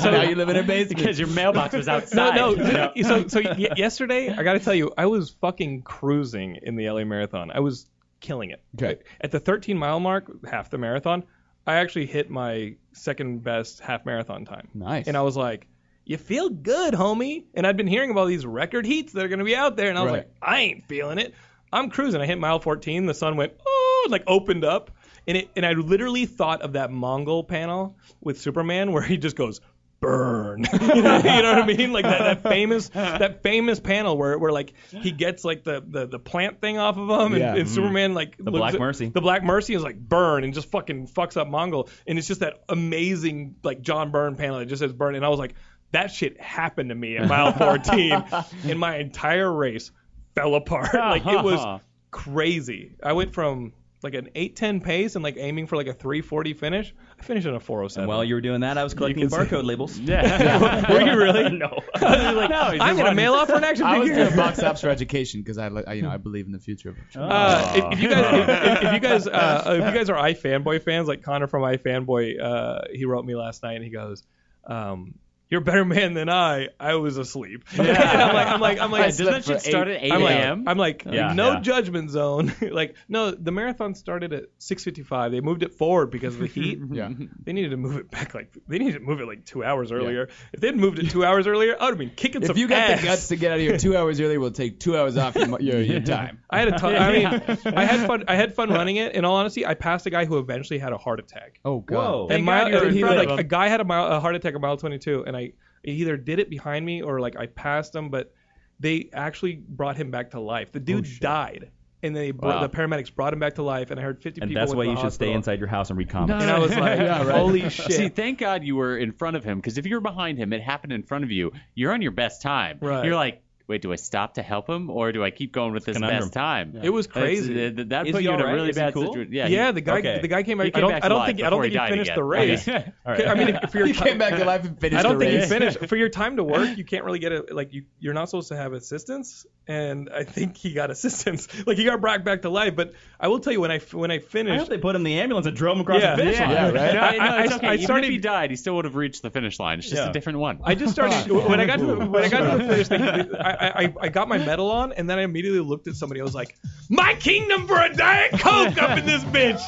Speaker 1: so-
Speaker 2: now you live in her basement.
Speaker 3: Because your mailbox was
Speaker 1: No,
Speaker 3: outside.
Speaker 1: no. So, so y- yesterday, I gotta tell you, I was fucking cruising in the LA Marathon. I was killing it.
Speaker 2: Okay.
Speaker 1: At the 13 mile mark, half the marathon, I actually hit my second best half marathon time.
Speaker 2: Nice.
Speaker 1: And I was like, "You feel good, homie." And I'd been hearing about these record heats that are gonna be out there, and I was
Speaker 2: Right.
Speaker 1: like, "I ain't feeling it." I'm cruising. I hit mile 14. The sun went oh, like opened up, and it and I literally thought of that Mongol panel with Superman where he just goes burn. you, know, you know what I mean? Like that, that famous that famous panel where where like he gets like the the, the plant thing off of him, and,
Speaker 2: Yeah. Mm-hmm.
Speaker 1: and Superman like the
Speaker 4: Black Mercy.
Speaker 1: The Black Mercy is like burn and just fucking fucks up Mongol, and it's just that amazing like John Byrne panel that just says burn, and I was like. That shit happened to me at mile 14, and my entire race fell apart. Like it was crazy. I went from like an 810 pace and like aiming for like a 340 finish. I finished in a 407.
Speaker 4: And while you were doing that, I was collecting
Speaker 1: You can see-
Speaker 4: barcode labels.
Speaker 3: Yeah.
Speaker 1: Were you really?
Speaker 4: no.
Speaker 1: like, I'm gonna mail off for an action
Speaker 2: I was
Speaker 1: figure.
Speaker 2: doing box ops for education because I, li- I, you know, I believe in the future of.
Speaker 1: Uh, if, if you guys, if, if- if you guys, uh, if you guys are iFanboy fans, like Connor from iFanboy, uh, he wrote me last night and he goes, um, "You're a better man than I. I was asleep." and I'm like, I'm like, I'm like,
Speaker 2: I
Speaker 3: Doesn't
Speaker 2: slept
Speaker 3: that
Speaker 2: for
Speaker 3: shit start at 8
Speaker 1: I'm like,
Speaker 3: a.m.?
Speaker 1: I'm like,
Speaker 4: Yeah,
Speaker 1: no
Speaker 4: yeah.
Speaker 1: judgment zone. like, no, the marathon started at 6:55. They moved it forward because of the heat.
Speaker 2: Yeah.
Speaker 1: They needed to move it back like they needed to move it like two hours earlier. If they'd moved it two hours earlier, I would have been kicking some
Speaker 2: If you got
Speaker 1: ass.
Speaker 2: the guts to get out of here two hours early, we'll take two hours off your, mo- your, your time.
Speaker 1: I had a ton. I mean,
Speaker 3: Yeah.
Speaker 1: I had fun. I had fun running it. In all honesty, I passed a guy who eventually had a heart attack.
Speaker 2: Oh
Speaker 4: Whoa.
Speaker 2: god.
Speaker 4: Thank
Speaker 1: and
Speaker 4: God
Speaker 1: my,
Speaker 4: you were in
Speaker 1: he,
Speaker 4: front
Speaker 1: like
Speaker 4: of him.
Speaker 1: a guy had a, mile, a heart attack at mile 22, and I it either did it behind me or like I passed him, but they actually brought him back to life. The
Speaker 4: Oh,
Speaker 1: dude died, and they br-
Speaker 3: Wow.
Speaker 1: the paramedics brought him back to life, and I heard 50
Speaker 4: and
Speaker 1: people.
Speaker 4: that's
Speaker 1: went
Speaker 4: why
Speaker 1: to
Speaker 4: you
Speaker 1: the
Speaker 4: should stay
Speaker 1: hospital.
Speaker 4: inside your house and read comics.
Speaker 1: And I was like,
Speaker 2: Yeah, right.
Speaker 1: holy shit!
Speaker 3: See, thank God you were in front of him because if you were behind him, it happened in front of you. You're on your best time.
Speaker 1: Right.
Speaker 3: You're like, wait, do I stop to help him or do I keep going with this
Speaker 4: Conundrum.
Speaker 3: best time?
Speaker 1: it was crazy.
Speaker 3: That's- That, that
Speaker 4: Is
Speaker 3: put
Speaker 4: he
Speaker 3: you in a
Speaker 4: alright?
Speaker 3: really
Speaker 4: Is he
Speaker 3: bad
Speaker 4: cool?
Speaker 3: situation.
Speaker 1: yeah, the guy
Speaker 4: okay.
Speaker 1: the guy came back.
Speaker 3: He came
Speaker 1: I don't, I
Speaker 3: back to
Speaker 1: don't
Speaker 3: life
Speaker 1: think I
Speaker 3: before
Speaker 1: don't
Speaker 3: he
Speaker 1: think he,
Speaker 3: died
Speaker 1: finished
Speaker 3: again.
Speaker 1: the race.
Speaker 4: All right.
Speaker 1: I mean, if- for your
Speaker 2: He
Speaker 1: ti-
Speaker 2: came back to life and finished
Speaker 1: I don't
Speaker 2: the
Speaker 1: think
Speaker 2: race.
Speaker 1: you finished for your time to work. You can't really get it. Like you, you're not supposed to have assistance, and I think he got assistance. Like he got brought back to life. But I will tell you when I when I
Speaker 4: I
Speaker 1: finished,
Speaker 4: hope they put him in the ambulance and drove him across
Speaker 1: Yeah.
Speaker 4: the finish line.
Speaker 2: Yeah, right.
Speaker 3: No,
Speaker 1: I-
Speaker 3: no,
Speaker 1: I-
Speaker 3: it's
Speaker 1: I
Speaker 3: okay. Even
Speaker 1: started-
Speaker 3: if he died, he still would have reached the finish line. It's just
Speaker 4: Yeah.
Speaker 3: a different one.
Speaker 1: I just started when I got to the, when I got to the finish. Thing, I, I I got my medal on, and then I immediately looked at somebody. I was like, "My kingdom for a diet coke up in this bitch."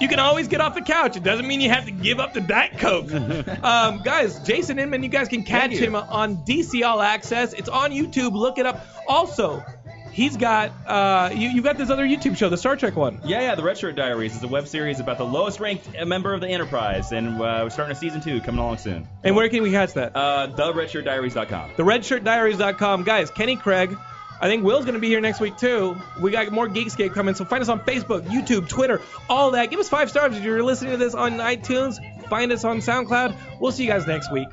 Speaker 1: You can always get off the couch. It doesn't mean you have to give up the Diet Coke. Um, guys, Jason Inman, you guys can catch
Speaker 2: you.
Speaker 1: him on DC All Access. It's on YouTube. Look it up. Also, he's got uh, you, you've got this other YouTube show, the Star Trek one.
Speaker 4: Yeah, yeah, The Red Shirt Diaries is a web series about the lowest ranked uh, member of the Enterprise, and uh, we're starting a season two coming along soon.
Speaker 1: And where can we catch that?
Speaker 4: Uh, TheRedShirtDiaries.com.
Speaker 1: TheRedShirtDiaries.com. Guys, Kenny Craig. I think Will's going to be here next week, too. We got more Geekscape coming, so find us on Facebook, YouTube, Twitter, all that. Give us five stars if you're listening to this on iTunes. Find us on SoundCloud. We'll see you guys next week.